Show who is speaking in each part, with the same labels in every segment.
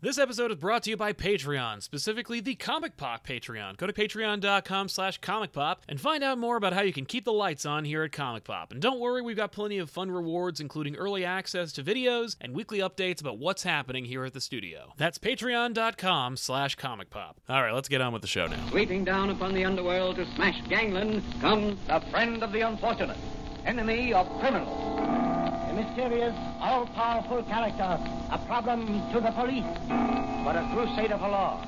Speaker 1: This episode is brought to you by Patreon, specifically the Comic Pop Patreon. Go to patreon.com slash comic pop and find out more about how you can keep the lights on here at Comic Pop. And don't worry, we've got plenty of fun rewards, including early access to videos and weekly updates about what's happening here at the studio. That's patreon.com slash comic pop. All right, let's get on with the show now.
Speaker 2: Sweeping down upon the underworld to smash gangland comes the friend of the unfortunate, enemy of criminals.
Speaker 3: A mysterious, all powerful character, a problem to the police, but a crusader for law.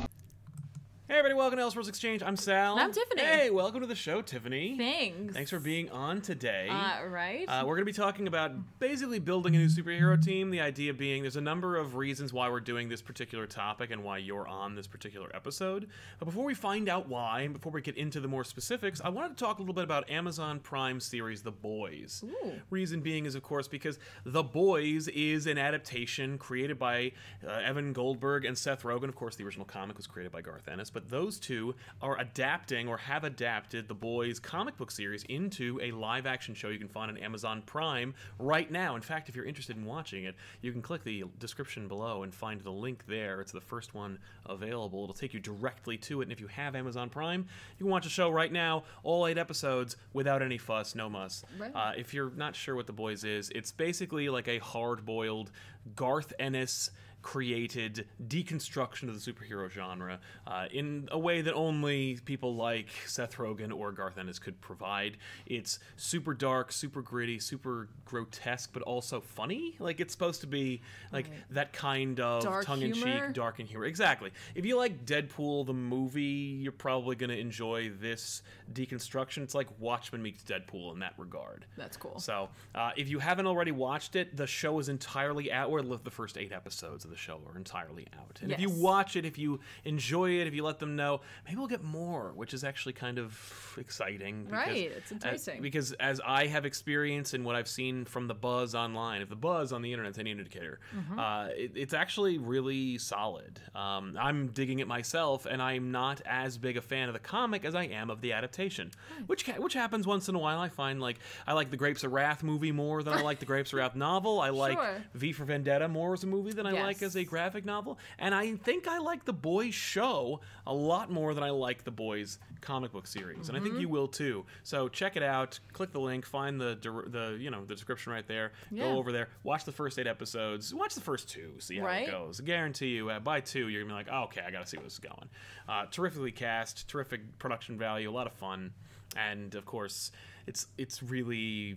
Speaker 1: Hey everybody, welcome to Elseworlds Exchange. I'm Sal.
Speaker 4: I'm Tiffany.
Speaker 1: Hey, welcome to the show, Tiffany.
Speaker 4: Thanks.
Speaker 1: Thanks for being on today.
Speaker 4: Uh, right?
Speaker 1: Uh, we're going to be talking about basically building a new superhero team. The idea being there's a number of reasons why we're doing this particular topic and why you're on this particular episode. But before we find out why, and before we get into the more specifics, I wanted to talk a little bit about Amazon Prime series The Boys. Reason being is, of course, because The Boys is an adaptation created by uh, Evan Goldberg and Seth Rogen. Of course, the original comic was created by Garth Ennis, but those two are adapting or have adapted The Boys comic book series into a live action show you can find on Amazon Prime right now. In fact, if you're interested in watching it, you can click the description below and find the link there. It's the first one available. It'll take you directly to it. And if you have Amazon Prime, you can watch the show right now, all eight episodes, without any fuss, no muss.
Speaker 4: Right.
Speaker 1: Uh, if you're not sure what The Boys is, it's basically like a hard boiled Garth Ennis created deconstruction of the superhero genre uh, in a way that only people like Seth Rogen or Garth Ennis could provide. It's super dark, super gritty, super grotesque, but also funny. Like it's supposed to be like that kind of
Speaker 4: Dark
Speaker 1: tongue-in-cheek,
Speaker 4: humor?
Speaker 1: dark and humor. Exactly. If you like Deadpool the movie, you're probably going to enjoy this deconstruction. It's like Watchmen meets Deadpool in that regard.
Speaker 4: That's cool.
Speaker 1: So, uh, if you haven't already watched it, the show is entirely out. Or the first eight episodes of the show are entirely out. And if you
Speaker 4: Yes.
Speaker 1: watch it, if you enjoy it, if you let them know, maybe we'll get more, which is actually kind of exciting.
Speaker 4: Right, it's enticing.
Speaker 1: uh, because as I have experienced and what I've seen from the buzz online, if the buzz on the internet's any indicator,
Speaker 4: Mm-hmm.
Speaker 1: uh, it, it's actually really solid. Um, I'm digging it myself, and I'm not as big a fan of the comic as I am of the adaptation,
Speaker 4: Hmm.
Speaker 1: which ca- which happens once in a while. I find like I like the Grapes of Wrath movie more than I like the Grapes of Wrath novel. I like
Speaker 4: Sure.
Speaker 1: V for Vendetta more as a movie than I like
Speaker 4: Yes.
Speaker 1: as a graphic novel, and I think I like the Boys show a lot more than I like the Boys comic book series, and I think you will too. So check it out. Click the link. Find the dir- the you know the description right there.
Speaker 4: Yeah.
Speaker 1: Go over there. Watch the first eight episodes. Watch the first two. See how
Speaker 4: Right.
Speaker 1: it goes. I guarantee you, uh, by two, you're gonna be like, oh, okay, I gotta see where this is going. Uh, terrifically cast. Terrific production value. A lot of fun, and of course, it's it's really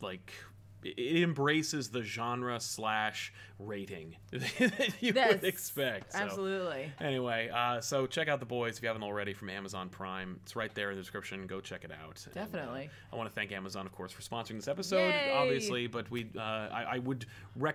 Speaker 1: like it it embraces the genre slash rating that you
Speaker 4: Yes,
Speaker 1: would expect. so.
Speaker 4: Absolutely.
Speaker 1: Anyway, uh, so check out The Boys if you haven't already from Amazon Prime. It's right there in the description. Go check it out. And, uh,
Speaker 4: Definitely.
Speaker 1: I want to thank Amazon, of course, for sponsoring this episode,
Speaker 4: Yay!
Speaker 1: obviously, but we uh, I, I would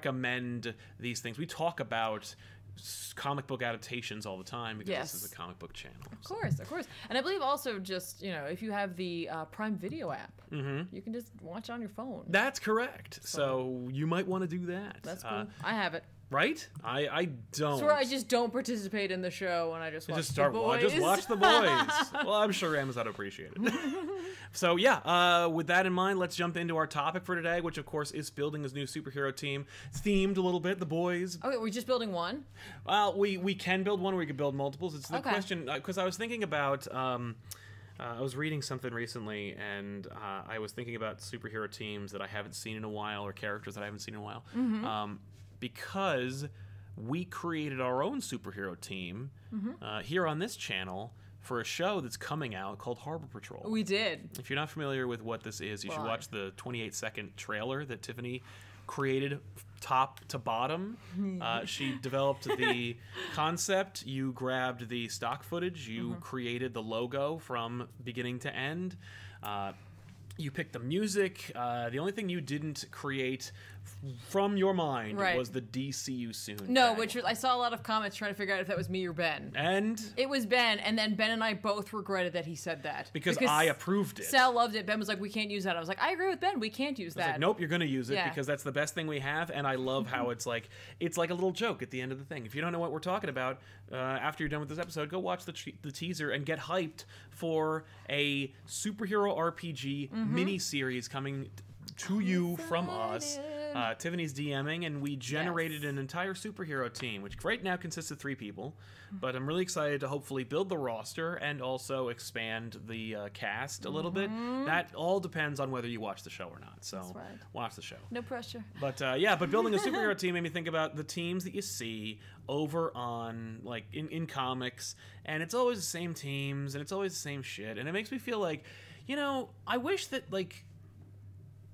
Speaker 1: recommend these things. We talk about s- comic book adaptations all the time because this
Speaker 4: Yes.
Speaker 1: is a comic book channel.
Speaker 4: Of course, of course. And I believe also just, you know, if you have the uh, Prime Video app, you can just watch on your phone.
Speaker 1: Mm-hmm. That's correct. So you might want to do that.
Speaker 4: That's cool.
Speaker 1: Uh,
Speaker 4: I have it.
Speaker 1: right? I, I don't.
Speaker 4: So where I just don't participate in the show and I just watch
Speaker 1: just start
Speaker 4: the
Speaker 1: wa-
Speaker 4: boys.
Speaker 1: just watch the boys well i'm sure amazon appreciate it so yeah uh, with that in mind let's jump into our topic for today which of course is building his new superhero team it's themed a little bit the boys
Speaker 4: Okay, we're just building one.
Speaker 1: well we we can build one or we could build multiples it's the
Speaker 4: Okay.
Speaker 1: question because i was thinking about um, uh, I was reading something recently, and uh, I was thinking about superhero teams that I haven't seen in a while, or characters that I haven't seen in a while, um, because we created our own superhero team uh, here on this channel for a show that's coming out called Harbor Patrol.
Speaker 4: We did.
Speaker 1: If you're not familiar with what this is, you should
Speaker 4: Well, I-
Speaker 1: watch the 28 second trailer that Tiffany created f- top to bottom. Uh, she developed the concept. You grabbed the stock footage. You
Speaker 4: Mm-hmm.
Speaker 1: created the logo from beginning to end. Uh, you picked the music. Uh, the only thing you didn't create f- from your mind
Speaker 4: Right.
Speaker 1: was the DCU soon.
Speaker 4: No,
Speaker 1: tagline.
Speaker 4: which was- I saw a lot of comments trying to figure out if that was me or Ben.
Speaker 1: and
Speaker 4: It was Ben, and then Ben and I both regretted that he said that.
Speaker 1: because, I approved it.
Speaker 4: Sal loved it. Ben was like, we can't use that. I was like, I agree with Ben. We can't use
Speaker 1: It's
Speaker 4: that.
Speaker 1: like, nope, you're gonna use it
Speaker 4: Yeah.
Speaker 1: because that's the best thing we have, and I love how it's like it's like a little joke at the end of the thing. If you don't know what we're talking about, uh, after you're done with this episode, go watch the tre- the teaser and get hyped for a superhero RPG mini series coming t- to you from us
Speaker 4: good.
Speaker 1: Uh, Tiffany's DMing, and we generated an entire superhero team, which right now consists of three people. But I'm really excited to hopefully build the roster and also expand the uh, cast a little bit. That all depends on whether you watch the show or not. So
Speaker 4: right.
Speaker 1: watch the show.
Speaker 4: no pressure.
Speaker 1: But uh, yeah, but building a superhero team made me think about the teams that you see over on like in, in comics, and it's always the same teams, and it's always the same shit, and it makes me feel like, you know, I wish that like.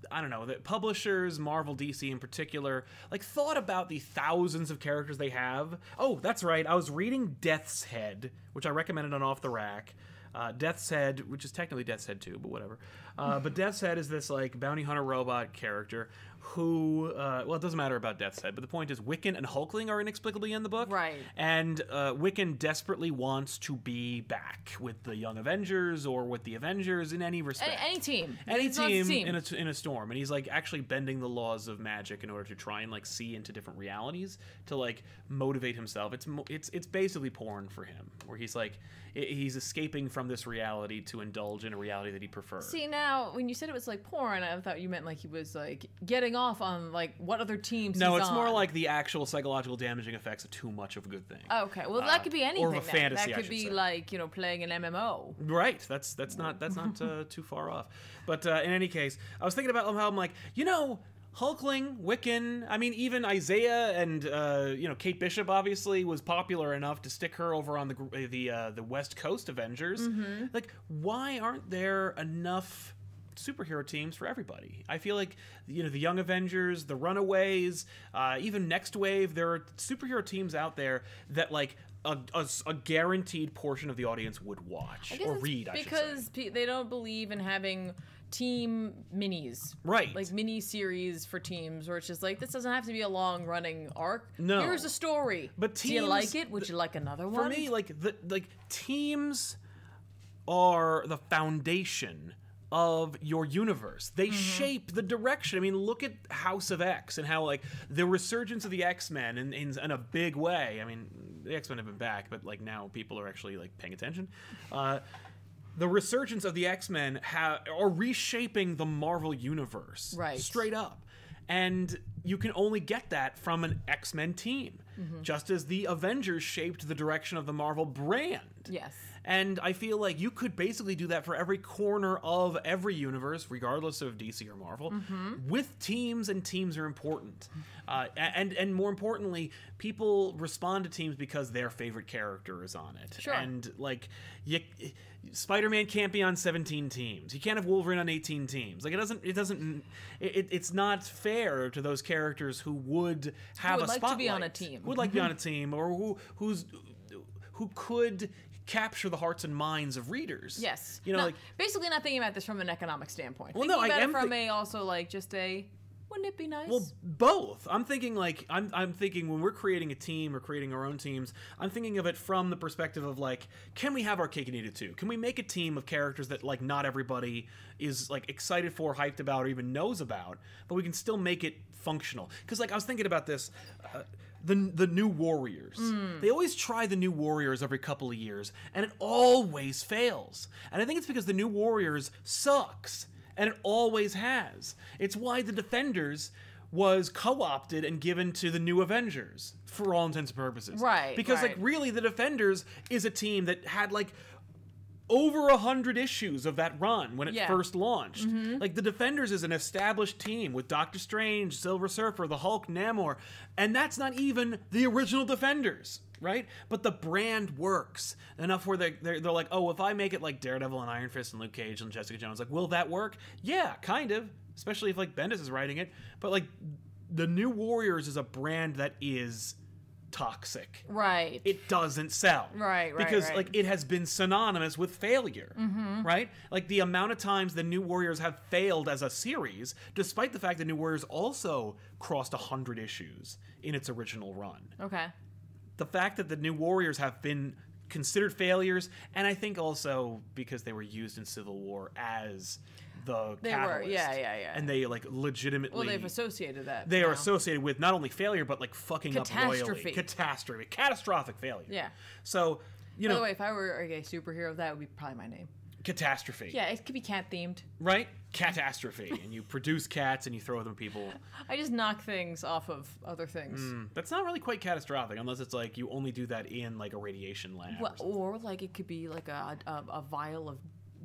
Speaker 1: I don't know that publishers, Marvel, DC in particular, like thought about the thousands of characters they have. Oh, that's right. I was reading Death's Head, which I recommended on Off the Rack. Uh, Death's Head, which is technically Death's Head 2, but whatever.
Speaker 4: Hmm.
Speaker 1: Uh, but Death's Head is this like bounty hunter robot character who, uh, well, it doesn't matter about Death's Head, but the point is Wiccan and Hulkling are inexplicably in the book.
Speaker 4: Right.
Speaker 1: And uh, Wiccan desperately wants to be back with the Young Avengers or with the Avengers in any respect
Speaker 4: Any, any team.
Speaker 1: any
Speaker 4: It's not his
Speaker 1: team, in a in a storm, and he's like actually bending the laws of magic in order to try and like see into different realities to like motivate himself. It's mo- it's it's basically porn for him, where he's like i- he's escaping from this reality to indulge in a reality that he prefers.
Speaker 4: See now, when you said it was like porn, I thought you meant like he was like getting off on like what other teams.
Speaker 1: no,
Speaker 4: he's
Speaker 1: it's more
Speaker 4: on.
Speaker 1: like the actual psychological damaging effects of too much of a good thing.
Speaker 4: Oh, Okay, well
Speaker 1: uh,
Speaker 4: that could be
Speaker 1: or of
Speaker 4: anything.
Speaker 1: a
Speaker 4: then.
Speaker 1: fantasy, I
Speaker 4: that could
Speaker 1: should
Speaker 4: be
Speaker 1: say.
Speaker 4: like you know playing an MMO.
Speaker 1: Right. That's that's not that's not uh, too far off. But uh, in any case, I was thinking about how I'm like, you know, Hulkling, Wiccan. I mean, even Isaiah and uh, you know Kate Bishop obviously was popular enough to stick her over on the gr- uh, the uh, the West Coast Avengers. Like, why aren't there enough? superhero teams for everybody. I feel like you know the Young Avengers, the Runaways, uh, even Next Wave. There are superhero teams out there that like a, a s- a guaranteed portion of the audience would watch
Speaker 4: I guess
Speaker 1: or
Speaker 4: it's
Speaker 1: read. I should say.
Speaker 4: because pe- they don't believe in having team minis,
Speaker 1: Right.
Speaker 4: Like mini series for teams, where it's just like this doesn't have to be a long running arc.
Speaker 1: No.
Speaker 4: here's a story.
Speaker 1: But
Speaker 4: do
Speaker 1: teams-
Speaker 4: you like it? Would you like another
Speaker 1: for
Speaker 4: one?
Speaker 1: me, like the like teams are the foundation of your universe.
Speaker 4: Mm-hmm.
Speaker 1: They shape the direction. I mean, look at House of X and how like the resurgence of the X Men in, in in a big way. I mean, the X Men have been back, but like now people are actually like paying attention. Uh, the resurgence of the X Men ha- are reshaping the Marvel universe,
Speaker 4: Right.
Speaker 1: Straight up, and you can only get that from an X Men team, just as the Avengers shaped the direction of the Marvel brand.
Speaker 4: yes.
Speaker 1: And I feel like you could basically do that for every corner of every universe, regardless of DC or Marvel,
Speaker 4: Mm-hmm.
Speaker 1: with teams, and teams are important. Uh, a- and and more importantly, people respond to teams because their favorite character is on it.
Speaker 4: Sure.
Speaker 1: And like, you, Spider-Man can't be on 17 teams. He can't have Wolverine on 18 teams. Like it doesn't it doesn't it, it- it's not fair to those characters who would have a
Speaker 4: would like
Speaker 1: spotlight.
Speaker 4: to be on a team.
Speaker 1: Who would like to be on a team or who who's who could capture the hearts and minds of readers.
Speaker 4: Yes.
Speaker 1: You know,
Speaker 4: Not-
Speaker 1: like
Speaker 4: basically not thinking about this from an economic standpoint.
Speaker 1: Well, no,
Speaker 4: thinking
Speaker 1: I
Speaker 4: about
Speaker 1: am
Speaker 4: it from
Speaker 1: thi-
Speaker 4: a also like just a wouldn't it be nice?
Speaker 1: well, both. I'm thinking like I'm I'm thinking when we're creating a team or creating our own teams, I'm thinking of it from the perspective of like, can we have our cake and eat it too? Can we make a team of characters that like not everybody is like excited for, hyped about, or even knows about, but we can still make it functional? Because like I was thinking about this. Uh, the, the new warriors they always try the new warriors every couple of years and it always fails and i think it's because the new warriors sucks and it always has it's why the defenders was co-opted and given to the new avengers for all intents and purposes
Speaker 4: Right,
Speaker 1: because like
Speaker 4: right.
Speaker 1: really the defenders is a team that had like over a hundred issues of that run when it
Speaker 4: Yeah.
Speaker 1: first launched. Like the Defenders is an established team with Doctor Strange, Silver Surfer, the Hulk, Namor, and that's not even the original Defenders, right? But the brand works enough where they they're, they're like, oh, if I make it like Daredevil and Iron Fist and Luke Cage and Jessica Jones, like, will that work? Yeah, kind of. Especially if like Bendis is writing it, but like the New Warriors is a brand that is toxic
Speaker 4: right.
Speaker 1: it doesn't sell.
Speaker 4: Right, right,
Speaker 1: Because
Speaker 4: right. Mm-hmm.
Speaker 1: like it has been synonymous with failure. Right? Like the amount of times the New Warriors have failed as a series, despite the fact that New Warriors also crossed hundred issues in its original run.
Speaker 4: okay.
Speaker 1: The fact that the New Warriors have been considered failures, and I think also because they were used in Civil War as the
Speaker 4: They were,
Speaker 1: catalyst.
Speaker 4: yeah, yeah, yeah.
Speaker 1: And they like legitimately
Speaker 4: Well, they've associated that.
Speaker 1: they are
Speaker 4: now.
Speaker 1: associated with not only failure but like fucking up royally.
Speaker 4: Catastrophe.
Speaker 1: Catastrophe. Catastrophic failure.
Speaker 4: Yeah.
Speaker 1: So you
Speaker 4: By
Speaker 1: know
Speaker 4: the way, if I were a gay superhero, that would be probably my name.
Speaker 1: catastrophe.
Speaker 4: Yeah, it could be cat themed.
Speaker 1: Right? Catastrophe. and you produce cats and you throw them at people.
Speaker 4: I just knock things off of other things.
Speaker 1: That's not really quite catastrophic unless it's like you only do that in like a radiation lab. or
Speaker 4: Well,
Speaker 1: something.
Speaker 4: or like it could be like a, a a vial of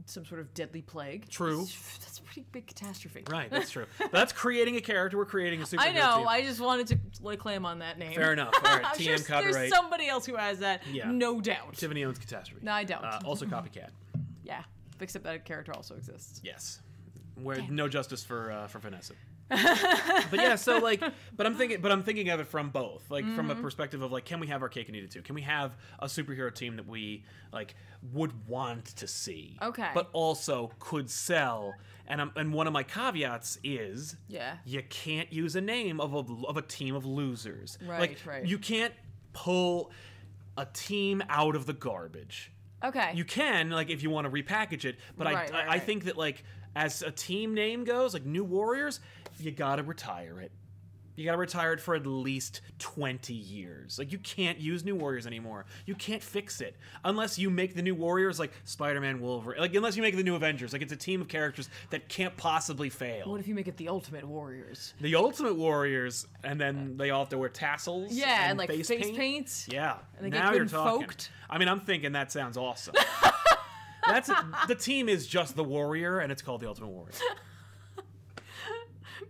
Speaker 4: some sort of deadly plague.
Speaker 1: True.
Speaker 4: That's a pretty big catastrophe.
Speaker 1: Right, that's true. That's creating a character. We're creating a superhero.
Speaker 4: I know.
Speaker 1: team.
Speaker 4: I just wanted to lay claim on that name.
Speaker 1: Fair enough. All right,
Speaker 4: I'm
Speaker 1: TM
Speaker 4: sure
Speaker 1: copyright.
Speaker 4: There's somebody else who has that.
Speaker 1: Yeah.
Speaker 4: No doubt.
Speaker 1: Tiffany owns Catastrophe.
Speaker 4: No, I don't.
Speaker 1: Uh, also, Copycat.
Speaker 4: Yeah. Except that character also exists.
Speaker 1: Yes. Where no justice for uh, for Vanessa. but yeah, so like, but I'm thinking, but I'm thinking of it from both, like from
Speaker 4: Mm-hmm.
Speaker 1: a perspective of like, can we have our cake and eat it too? Can we have a superhero team that we like would want to see?
Speaker 4: Okay.
Speaker 1: But also could sell. And I'm, and one of my caveats is,
Speaker 4: Yeah.
Speaker 1: you can't use a name of a of a team of losers.
Speaker 4: Right,
Speaker 1: Like,
Speaker 4: right.
Speaker 1: You can't pull a team out of the garbage.
Speaker 4: Okay.
Speaker 1: You can, like, if you want to repackage it, but I,
Speaker 4: Right, right,
Speaker 1: I, I
Speaker 4: right.
Speaker 1: think that, like, as a team name goes, like New Warriors, you gotta retire it. You gotta retire it for at least 20 years. Like, you can't use New Warriors anymore. You can't fix it. Unless you make the New Warriors, like, Spider Man Wolverine. Like, unless you make the New Avengers. Like, it's a team of characters that can't possibly fail.
Speaker 4: what if you make it the Ultimate Warriors?
Speaker 1: the Ultimate Warriors, and then they all have to wear tassels.
Speaker 4: Yeah, and, like face,
Speaker 1: paint.
Speaker 4: paints.
Speaker 1: Yeah.
Speaker 4: And they get
Speaker 1: now you're talking.
Speaker 4: invoked.
Speaker 1: I mean, I'm thinking that sounds awesome. That's the team is just the warrior, and it's called the Ultimate Warrior.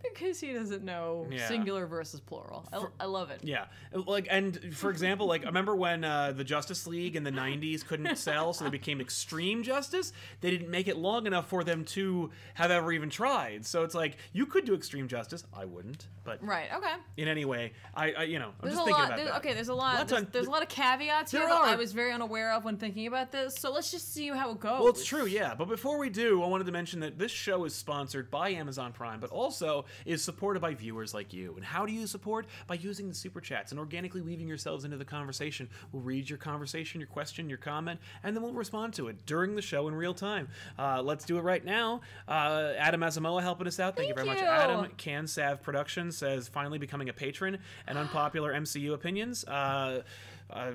Speaker 4: Because he doesn't know
Speaker 1: Yeah.
Speaker 4: singular versus plural. I, I love it.
Speaker 1: Yeah, like and for example, like remember when uh, the Justice League in the '90s couldn't sell, so they became Extreme Justice. They didn't make it long enough for them to have ever even tried. So it's like you could do Extreme Justice. I wouldn't, but
Speaker 4: Right. Okay.
Speaker 1: in any way, I, I you know, I'm
Speaker 4: There's
Speaker 1: just
Speaker 4: a
Speaker 1: thinking
Speaker 4: lot.
Speaker 1: about
Speaker 4: There's,
Speaker 1: that.
Speaker 4: okay. There's a lot.
Speaker 1: Lots
Speaker 4: there's,
Speaker 1: on-
Speaker 4: there's a lot of caveats
Speaker 1: There
Speaker 4: here that I
Speaker 1: are.
Speaker 4: was very unaware of when thinking about this. So let's just see how it goes.
Speaker 1: Well, it's true, yeah. But before we do, I wanted to mention that this show is sponsored by Amazon Prime, but also is supported by viewers like you. And how do you support? By using the super chats and organically weaving yourselves into the conversation. We'll read your conversation, your question, your comment, and then we'll respond to it during the show in real time. Uh, let's do it right now. Uh, Adam Asamoah helping us out. Thank, you very
Speaker 4: Thank
Speaker 1: much,
Speaker 4: you.
Speaker 1: Adam. Can Sav Productions says finally becoming a patron and unpopular MCU opinions. Uh, uh,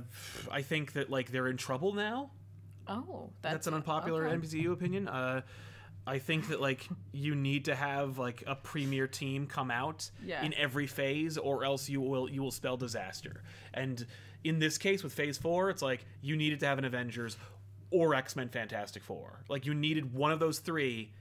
Speaker 1: I think that like they're in trouble now
Speaker 4: Oh,
Speaker 1: that's an unpopular
Speaker 4: okay.
Speaker 1: MCU opinion. Uh, I think that like you need to have like a premier team come out
Speaker 4: Yeah.
Speaker 1: in every phase, or else you will you will spell disaster. And in this case, with Phase Four, it's like you needed to have an Avengers or X Men Fantastic Four. Like you needed one of those three.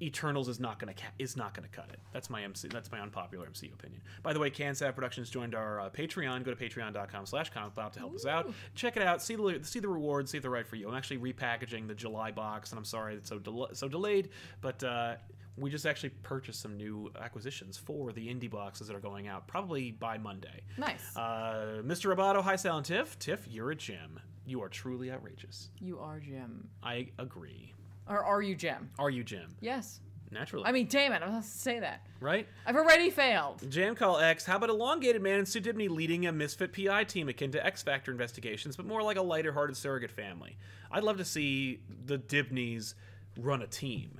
Speaker 1: Eternals is not gonna ca- is not gonna cut it. That's my MC. That's my unpopular MCU opinion. By the way, CanSat Productions joined our uh, Patreon. Go to patreon.com/slash comicbob to help us out. Check it out. See the see the rewards. See if they're right for you. I'm actually repackaging the July box, and I'm sorry it's so del- so delayed, but. Uh, we just actually purchased some new acquisitions for the indie boxes that are going out probably by Monday.
Speaker 4: Nice.
Speaker 1: Uh, Mr. Roboto, hi, Silent Tiff. Tiff, you're a gem. You are truly outrageous.
Speaker 4: you are Jim,
Speaker 1: I agree.
Speaker 4: or are you Jim?
Speaker 1: Are you Jim?
Speaker 4: Yes.
Speaker 1: Naturally.
Speaker 4: I mean, damn it! I'm not supposed to say that.
Speaker 1: right?
Speaker 4: I've already failed.
Speaker 1: Jam Call X, how about Elongated Man and Sue Dibney leading a misfit PI team akin to X Factor investigations, but more like a lighter hearted surrogate family? I'd love to see the Dibneys run a team.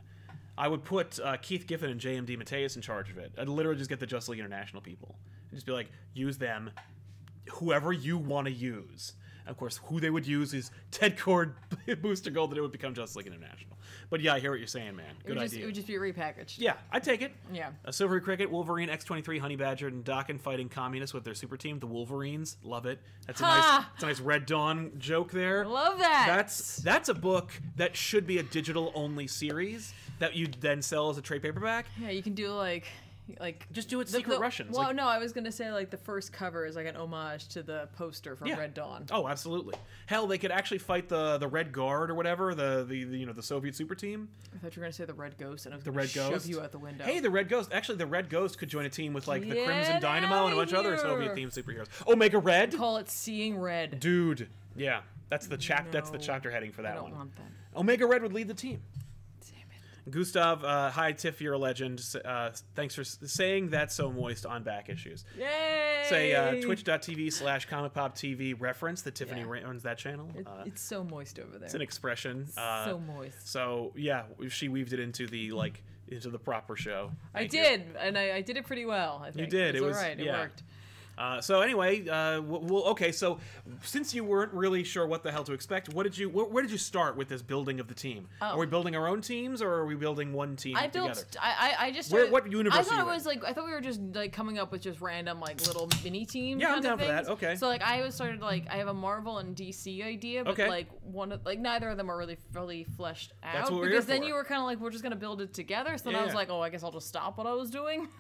Speaker 1: I would put uh, Keith Giffen and JMD Mateus in charge of it. I'd literally just get the Just League International people and just be like, use them, whoever you want to use. Of course, who they would use is Ted Cord Booster Gold, that it would become Just League International. But yeah, I hear what you're saying, man.
Speaker 4: It
Speaker 1: Good
Speaker 4: would, just,
Speaker 1: idea.
Speaker 4: it would just be repackaged.
Speaker 1: Yeah, I'd take it.
Speaker 4: Yeah.
Speaker 1: A silvery cricket, Wolverine, X23, Honey Badger, and Dokken fighting communists with their super team, the Wolverines. Love it. That's a nice,
Speaker 4: Ha!
Speaker 1: that's a nice Red Dawn joke there.
Speaker 4: Love that.
Speaker 1: That's that's a book that should be a digital only series that you then sell as a trade paperback.
Speaker 4: Yeah, you can do like, like
Speaker 1: Just do it
Speaker 4: the-
Speaker 1: Secret
Speaker 4: the-
Speaker 1: Russians.
Speaker 4: Well,
Speaker 1: like-
Speaker 4: no, I was gonna say like the first cover is like an homage to the poster from
Speaker 1: Yeah.
Speaker 4: Red Dawn.
Speaker 1: Oh, absolutely. Hell, they could actually fight the the Red Guard or whatever the the, the you know the Soviet super team.
Speaker 4: I thought you were gonna say the Red Ghost, and I was
Speaker 1: The
Speaker 4: gonna
Speaker 1: Red
Speaker 4: shove
Speaker 1: Ghost.
Speaker 4: you out the window.
Speaker 1: Hey, the Red Ghost. Actually, the Red Ghost could join a team with like the
Speaker 4: Get
Speaker 1: Crimson Dynamo and a
Speaker 4: outta
Speaker 1: bunch of other
Speaker 4: here.
Speaker 1: Soviet themed superheroes. Omega Red.
Speaker 4: call it Seeing Red.
Speaker 1: dude yeah that's the chap that's the
Speaker 4: No,
Speaker 1: chapter heading for
Speaker 4: I
Speaker 1: that
Speaker 4: don't
Speaker 1: one
Speaker 4: want that.
Speaker 1: omega red would lead the team
Speaker 4: Damn it.
Speaker 1: gustav uh, hi tiff you're a legend S- uh, thanks for s- saying that so moist on back issues
Speaker 4: Yay!
Speaker 1: say uh, twitch.tv slash comic pop tv reference that tiffany
Speaker 4: Yeah.
Speaker 1: ra- runs that channel
Speaker 4: It-
Speaker 1: uh,
Speaker 4: it's so moist over there.
Speaker 1: it's an expression uh,
Speaker 4: so moist.
Speaker 1: so yeah she weaved it into the like into the proper show
Speaker 4: I
Speaker 1: Thank you.
Speaker 4: did, and I, I did it pretty well. I think.
Speaker 1: did,
Speaker 4: It's
Speaker 1: it was-
Speaker 4: all right.
Speaker 1: yeah.
Speaker 4: It worked.
Speaker 1: Uh, so anyway, uh, w- well, okay. So since you weren't really sure what the hell to expect, what did you? Wh- where did you start with this building of the team? Are we building our own teams, or are we building one team
Speaker 4: Oh. I built.
Speaker 1: together?
Speaker 4: I, I I just.
Speaker 1: Where-
Speaker 4: started-
Speaker 1: what universe
Speaker 4: I
Speaker 1: are
Speaker 4: thought
Speaker 1: you
Speaker 4: it
Speaker 1: in?
Speaker 4: was like. I thought we were just like coming up with just random like little mini teams.
Speaker 1: Yeah, I'm
Speaker 4: kind of
Speaker 1: down for that.
Speaker 4: things.
Speaker 1: Okay.
Speaker 4: So like I always started like I have a Marvel and DC idea, but
Speaker 1: Okay.
Speaker 4: like one of like neither of them are really fully fleshed out.
Speaker 1: That's what we're here
Speaker 4: because then
Speaker 1: for.
Speaker 4: you were kind of like we're just gonna build it together. So then I was
Speaker 1: Yeah.
Speaker 4: like, oh, I guess I'll just stop what I was doing.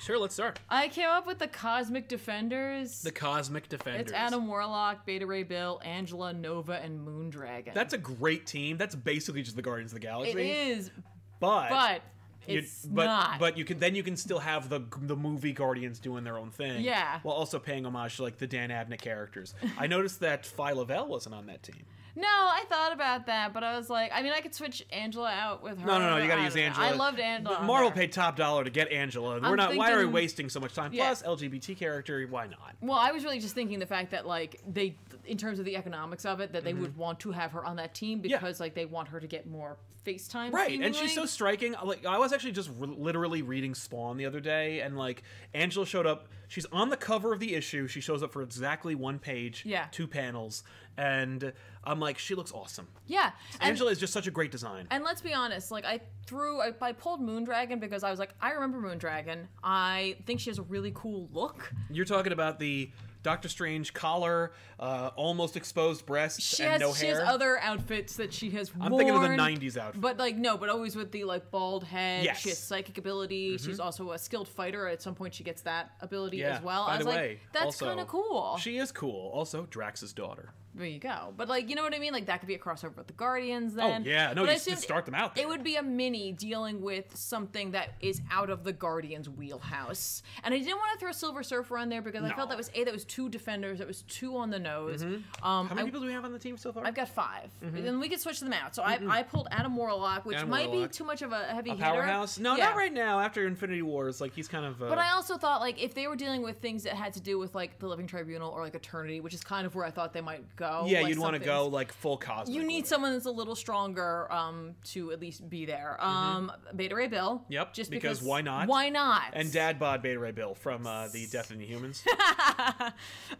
Speaker 1: Sure, let's start.
Speaker 4: I came up with the Cosmic Defenders.
Speaker 1: The Cosmic Defenders.
Speaker 4: it's Adam Warlock, Beta Ray Bill, Angela, Nova, and Moondragon.
Speaker 1: That's a great team. That's basically just the Guardians of the Galaxy.
Speaker 4: it is,
Speaker 1: But.
Speaker 4: but
Speaker 1: you-
Speaker 4: it's
Speaker 1: but
Speaker 4: not.
Speaker 1: but you can then you can still have the the movie Guardians doing their own thing,
Speaker 4: Yeah.
Speaker 1: while also paying homage to like the Dan Abnett characters. I noticed that Phi Lavelle wasn't on that team.
Speaker 4: No, I thought about that, but I was like, I mean, I could switch Angela out with her.
Speaker 1: No, no, no!
Speaker 4: but
Speaker 1: You got to
Speaker 4: I
Speaker 1: use
Speaker 4: don't know.
Speaker 1: Angela.
Speaker 4: I loved Angela.
Speaker 1: But
Speaker 4: on
Speaker 1: Marvel
Speaker 4: there.
Speaker 1: paid top dollar to get Angela. We're
Speaker 4: I'm
Speaker 1: not. why are we
Speaker 4: thinking-
Speaker 1: wasting so much time?
Speaker 4: Yeah.
Speaker 1: Plus, LGBT character. Why not?
Speaker 4: Well, I was really just thinking the fact that like they, in terms of the economics of it, that they would want to have her on that team
Speaker 1: Mm-hmm. Yeah.
Speaker 4: because like they want her to get more face time.
Speaker 1: Right, and she's so
Speaker 4: seemingly.
Speaker 1: striking. Like I was actually just r literally reading Spawn the other day, and like Angela showed up. She's on the cover of the issue. She shows up for exactly one page,
Speaker 4: Yeah.
Speaker 1: two panels, and I'm like, she looks awesome.
Speaker 4: yeah. And,
Speaker 1: Angela is just such a great design.
Speaker 4: and let's be honest, like I threw, I, I pulled Moondragon because I was like, I remember Moondragon. I think she has a really cool look.
Speaker 1: You're talking about the Doctor Strange collar, uh, almost exposed breasts,
Speaker 4: She
Speaker 1: and
Speaker 4: has,
Speaker 1: no
Speaker 4: she
Speaker 1: hair.
Speaker 4: has other outfits that she has
Speaker 1: I'm
Speaker 4: worn.
Speaker 1: thinking of the 90s outfit.
Speaker 4: But like no, but always with the like bald head.
Speaker 1: Yes. Mm-hmm.
Speaker 4: She has psychic ability. She's also a skilled fighter. At some point, she gets that ability
Speaker 1: yeah.
Speaker 4: as well.
Speaker 1: By
Speaker 4: I was
Speaker 1: the
Speaker 4: like,
Speaker 1: way,
Speaker 4: that's
Speaker 1: also,
Speaker 4: kind of cool.
Speaker 1: She is cool. Also, Drax's daughter.
Speaker 4: there you go. But like, you know what I mean? Like that could be a crossover with the Guardians. Then.
Speaker 1: Oh, yeah. No,
Speaker 4: But I
Speaker 1: you just
Speaker 4: assumed
Speaker 1: start them out there.
Speaker 4: It would be a mini dealing with something that is out of the Guardians' wheelhouse. And I didn't want to throw Silver Surfer on there because I
Speaker 1: No. Mm-hmm.
Speaker 4: felt that was a that was two defenders. That was two on the nose. Um,
Speaker 1: How many
Speaker 4: I-
Speaker 1: people do we have on the team so far?
Speaker 4: I've got 5 Then we can switch them out. So I, I pulled Adam Warlock, which
Speaker 1: Mm-hmm. Adam
Speaker 4: might
Speaker 1: Warlock.
Speaker 4: be too much of a heavy
Speaker 1: a
Speaker 4: hitter.
Speaker 1: powerhouse? No,
Speaker 4: Yeah.
Speaker 1: not right now. After Infinity Wars, like he's kind of. Uh,
Speaker 4: But I also thought like if they were dealing with things that had to do with like the Living Tribunal or like Eternity, which is kind of where I thought they might go.
Speaker 1: yeah,
Speaker 4: like,
Speaker 1: you'd want to
Speaker 4: something-
Speaker 1: go like full cosmic.
Speaker 4: You need
Speaker 1: with it.
Speaker 4: someone that's a little stronger um, to at least be there. Um, Beta Ray Bill.
Speaker 1: Mm-hmm. Yep,
Speaker 4: Just
Speaker 1: because
Speaker 4: because,
Speaker 1: why not?
Speaker 4: Why not?
Speaker 1: And Dad bod Beta Ray Bill from uh, the Death of the Humans.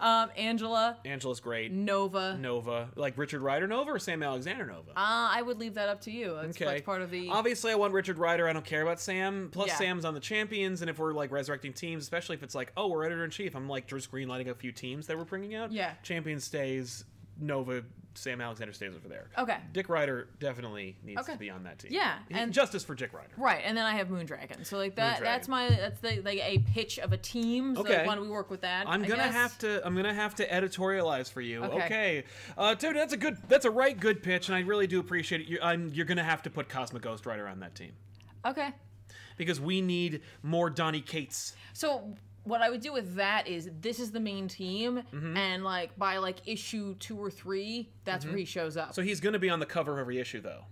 Speaker 4: um, Angela
Speaker 1: Angela's great.
Speaker 4: Nova. Uh,
Speaker 1: Nova, like Richard Ryder Nova or Sam Alexander Nova.
Speaker 4: I would leave that up to you. That's, that's part of the.
Speaker 1: Obviously, I want Richard Ryder. I don't care about Sam. Plus,
Speaker 4: Yeah.
Speaker 1: Sam's on the champions, and if we're like resurrecting teams, especially if it's like, oh, we're editor in chief, I'm like just greenlighting a few teams that we're bringing out.
Speaker 4: Yeah.
Speaker 1: champion stays. Nova, Sam Alexander stays over there.
Speaker 4: Okay.
Speaker 1: Dick Ryder definitely needs
Speaker 4: Okay.
Speaker 1: to be on that team.
Speaker 4: Yeah,
Speaker 1: He-
Speaker 4: and-
Speaker 1: justice for Dick Ryder.
Speaker 4: Right, and then I have Moondragon. So like
Speaker 1: Moondragon.
Speaker 4: that that's my that's the like a pitch of a team. So
Speaker 1: Okay.
Speaker 4: like, why don't we work with that?
Speaker 1: I'm
Speaker 4: I
Speaker 1: gonna
Speaker 4: guess.
Speaker 1: have to. I'm gonna have to editorialize for you. Okay,
Speaker 4: Okay.
Speaker 1: Uh, dude, that's a good. That's a right good pitch, and I really do appreciate it. You're, I'm, you're gonna have to put Cosmic Ghost Rider on that team
Speaker 4: Okay.
Speaker 1: because we need more Donny Cates.
Speaker 4: So what I would do with that is this is the main team
Speaker 1: Mm-hmm.
Speaker 4: and like by like issue two or three, that's where he shows up.
Speaker 1: Mm-hmm. So he's gonna be on the cover of every issue, though.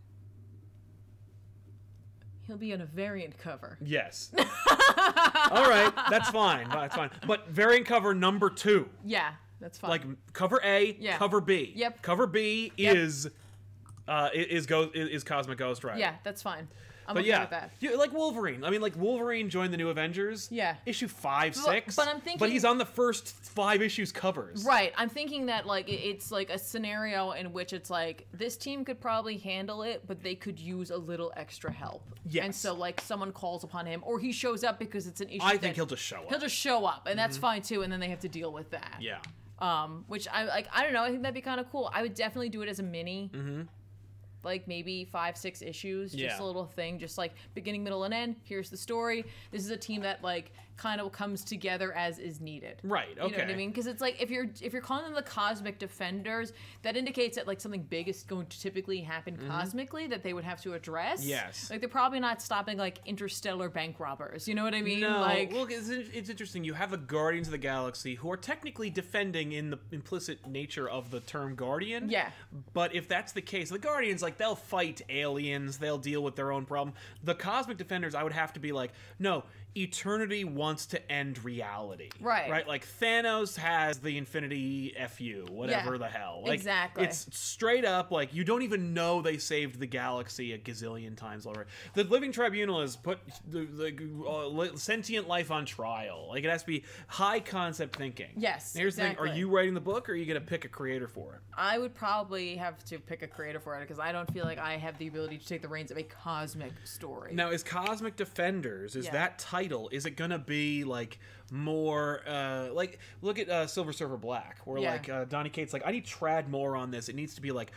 Speaker 4: He'll be on a variant cover.
Speaker 1: Yes. All right, that's fine. That's fine. But variant cover number two,
Speaker 4: Yeah, that's fine.
Speaker 1: like cover A,
Speaker 4: Yeah.
Speaker 1: cover B.
Speaker 4: Yep.
Speaker 1: Cover B is, uh, i- is go is, is Cosmic Ghost Rider.
Speaker 4: Yeah, that's fine. I'm
Speaker 1: But
Speaker 4: okay
Speaker 1: yeah,
Speaker 4: with that.
Speaker 1: you- like Wolverine. I mean, like Wolverine joined the New Avengers.
Speaker 4: Yeah.
Speaker 1: Issue five,
Speaker 4: But-
Speaker 1: six.
Speaker 4: but I'm
Speaker 1: But
Speaker 4: thinking-
Speaker 1: he's on the first five issues covers.
Speaker 4: Right. I'm thinking that like it- it's like a scenario in which it's like this team could probably handle it, but they could use a little extra help. And
Speaker 1: Yes.
Speaker 4: so like someone calls upon him or he shows up because it's an issue.
Speaker 1: I think
Speaker 4: that-
Speaker 1: he'll just show up. Mm-hmm.
Speaker 4: he'll just show up and that's fine too, and then they have to deal with that.
Speaker 1: yeah.
Speaker 4: Um, which I like I don't know, I think that'd be kinda cool. I would definitely do it as a mini. Mm-hmm. Like maybe five, six issues, just
Speaker 1: Yeah.
Speaker 4: a little thing, just like beginning, middle, and end. Here's the story. This is a team that like kind of comes together as is needed.
Speaker 1: Right,
Speaker 4: You know what
Speaker 1: okay.
Speaker 4: I mean? Because it's like if you're if you're calling them the cosmic defenders, that indicates that like something big is going to typically happen cosmically that they would have to address.
Speaker 1: Mm-hmm. Yes.
Speaker 4: Like they're probably not stopping like interstellar bank robbers. You know what I mean?
Speaker 1: No,
Speaker 4: Like
Speaker 1: well, it's, in- it's interesting. You have the Guardians of the Galaxy who are technically defending in the implicit nature of the term Guardian.
Speaker 4: Yeah.
Speaker 1: But if that's the case, the Guardians like they'll fight aliens, they'll deal with their own problem. The Cosmic Defenders, I would have to be like, no, eternity wants to end reality.
Speaker 4: Right.
Speaker 1: Right? Like Thanos has the infinity FU, whatever the hell. Like,
Speaker 4: exactly.
Speaker 1: It's straight up like you don't even know they saved the galaxy a gazillion times already. The Living Tribunal has put the, the uh, li- sentient life on trial. Like it has to be high concept thinking.
Speaker 4: Yes,
Speaker 1: And here's the thing: Are
Speaker 4: exactly.
Speaker 1: you writing the book, or are you going to pick a creator for it?
Speaker 4: I would probably have to pick a creator for it because I don't feel like I have the ability to take the reins of a cosmic story.
Speaker 1: Now, is Cosmic Defenders is
Speaker 4: Yeah.
Speaker 1: that title? Is it gonna be like more uh, like look at uh, Silver Surfer Black, where
Speaker 4: Yeah.
Speaker 1: like uh, Donny Cates like I need trad more on this. It needs to be like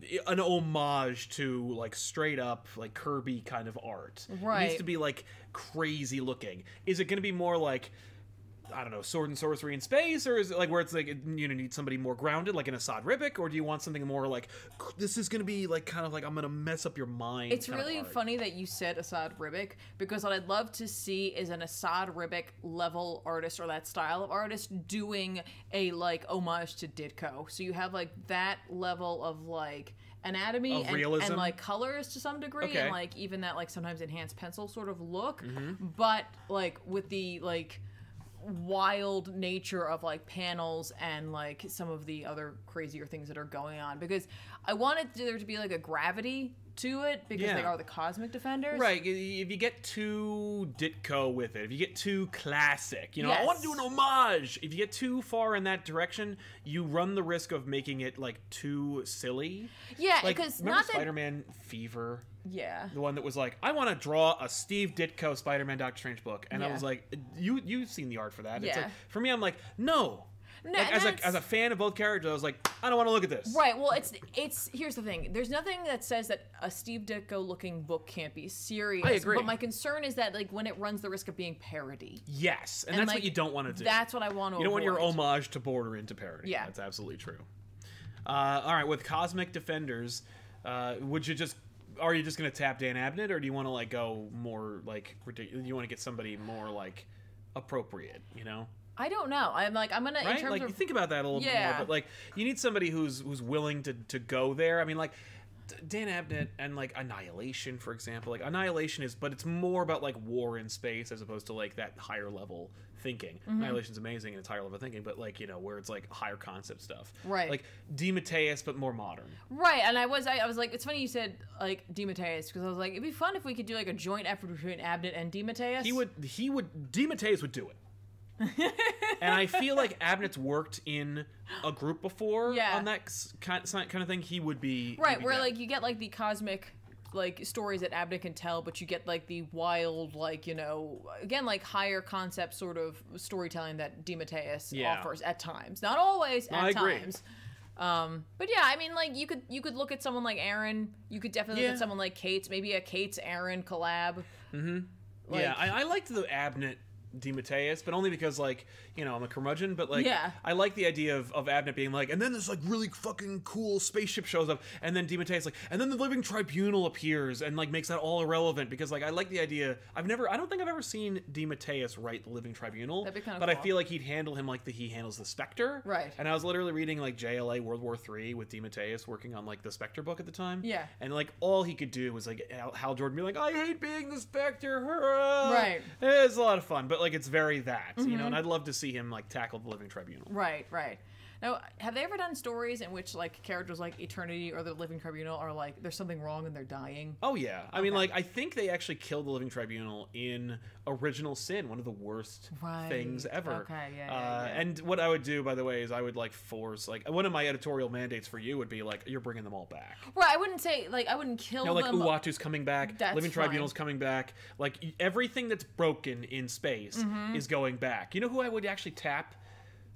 Speaker 1: d- an homage to like straight up like Kirby kind of art. It needs
Speaker 4: Right.
Speaker 1: to be like crazy looking. Is it gonna be more like? I don't know, sword and sorcery in space, or is it like where it's like you know need somebody more grounded, like an Assad Ribic, or do you want something more like this is gonna be like kind of like I'm gonna mess up your mind?
Speaker 4: It's
Speaker 1: kind of
Speaker 4: really
Speaker 1: art?
Speaker 4: funny that you said Assad Ribic because what I'd love to see is an Assad Ribic level artist or that style of artist doing a like homage to Ditko. So you have like that level of like anatomy
Speaker 1: Of
Speaker 4: and,
Speaker 1: realism?
Speaker 4: and like colors to some degree
Speaker 1: Okay. Mm-hmm.
Speaker 4: and like even that like sometimes enhanced pencil sort of look, but like with the like wild nature of like panels and like some of the other crazier things that are going on because I wanted there to be like a gravity to it because they
Speaker 1: Yeah.
Speaker 4: are the cosmic defenders.
Speaker 1: Right. i- If you get too Ditko with it, if you get too classic, you know, I want to do an
Speaker 4: Yes.
Speaker 1: homage. If you get too far in that direction, you run the risk of making it like too silly.
Speaker 4: Yeah,
Speaker 1: Like,
Speaker 4: because
Speaker 1: remember
Speaker 4: not that
Speaker 1: Spider-Man Fever,
Speaker 4: Yeah.
Speaker 1: the one that was like, I want to draw a Steve Ditko Spider-Man Doctor Strange book, and I
Speaker 4: Yeah.
Speaker 1: was like, "Uh, you you've seen the art for that. It's
Speaker 4: Yeah.
Speaker 1: like for me, I'm like, no.
Speaker 4: No,
Speaker 1: like,
Speaker 4: and
Speaker 1: as a
Speaker 4: that's-
Speaker 1: as a fan of both characters, I was like, I don't want to look at this.
Speaker 4: Right. Well, it's it's here's the thing. There's nothing that says that a Steve Ditko looking book can't be serious.
Speaker 1: I agree.
Speaker 4: But my concern is that like when it runs the risk of being parody.
Speaker 1: Yes, and,
Speaker 4: And,
Speaker 1: that's what
Speaker 4: like,
Speaker 1: you don't want to do.
Speaker 4: That's what I want to.
Speaker 1: You don't want your
Speaker 4: avoid.
Speaker 1: homage to border into parody.
Speaker 4: Yeah.
Speaker 1: that's absolutely true. Uh, all right, with Cosmic Defenders, uh, would you just are you just gonna tap Dan Abnett, or do you want to like go more like ridiculous? You want to get somebody more like appropriate, you know?
Speaker 4: I don't know. I'm like I'm gonna in
Speaker 1: Right?
Speaker 4: terms
Speaker 1: Like
Speaker 4: of
Speaker 1: you think about that a little bit
Speaker 4: Yeah.
Speaker 1: more, but like you need somebody who's who's willing to to go there. I mean, like. D- Dan Abnett and like Annihilation, for example, like Annihilation is, but it's more about like war in space as opposed to like that higher level thinking.
Speaker 4: Mm-hmm.
Speaker 1: Annihilation's amazing and it's higher level thinking, but like you know where it's like higher concept stuff,
Speaker 4: Right.
Speaker 1: Like DeMatteis, but more modern.
Speaker 4: Right, and I was I, I was like, it's funny you said like DeMatteis because I was like, it'd be fun if we could do like a joint effort between Abnett and DeMatteis.
Speaker 1: He would he would DeMatteis would do it. and I feel like Abnett's worked in a group before
Speaker 4: Yeah.
Speaker 1: on that s- kind kind of thing. He would be he'd
Speaker 4: right
Speaker 1: be
Speaker 4: where
Speaker 1: down.
Speaker 4: like you get like the cosmic like stories that Abnett can tell, but you get like the wild like you know again like higher concept sort of storytelling that DeMatteis
Speaker 1: Yeah.
Speaker 4: offers at times, not always at
Speaker 1: I agree.
Speaker 4: times. Um, but yeah, I mean, like you could you could look at someone like Aaron. You could definitely look
Speaker 1: Yeah.
Speaker 4: at someone like Kate's, maybe a Kate's Aaron collab. Like-
Speaker 1: yeah, I, I liked the Abnett DeMatteis, but only because like you know I'm a curmudgeon, but like
Speaker 4: Yeah.
Speaker 1: I like the idea of, of Abnett being like, and then this like really fucking cool spaceship shows up, and then DeMatteis like, and then the Living Tribunal appears and like makes that all irrelevant because like I like the idea. I've never, I don't think I've ever seen DeMatteis write the Living Tribunal,
Speaker 4: That'd be kinda
Speaker 1: but I
Speaker 4: cool.
Speaker 1: feel like he'd handle him like the he handles the Spectre,
Speaker 4: Right.
Speaker 1: And I was literally reading like JLA World War Three with DeMatteis working on like the Spectre book at the time,
Speaker 4: Yeah.
Speaker 1: and like all he could do was like Hal, Hal Jordan be like, I hate being the Spectre,
Speaker 4: Right. Mm-hmm.
Speaker 1: it's a lot of fun, but like it's very that, you know. And I'd love to see him like tackle the Living Tribunal.
Speaker 4: Right, right. Now, have they ever done stories in which like characters like Eternity or the Living Tribunal are like there's something wrong and they're dying?
Speaker 1: Oh yeah, I mean, like I think they actually killed the Living Tribunal in Original Sin, one of the worst
Speaker 4: Right.
Speaker 1: things ever.
Speaker 4: Okay, yeah, yeah,
Speaker 1: uh,
Speaker 4: yeah.
Speaker 1: And what I would do, by the way, is I would like force like one of my editorial mandates for you would be like you're bringing them all back.
Speaker 4: Well, I wouldn't say like I wouldn't kill
Speaker 1: No, like
Speaker 4: them.
Speaker 1: Uatu's coming back,
Speaker 4: That's
Speaker 1: Living
Speaker 4: fine.
Speaker 1: Tribunal's coming back. Like y- everything that's broken in space
Speaker 4: Mm-hmm.
Speaker 1: is going back. You know who I would actually tap?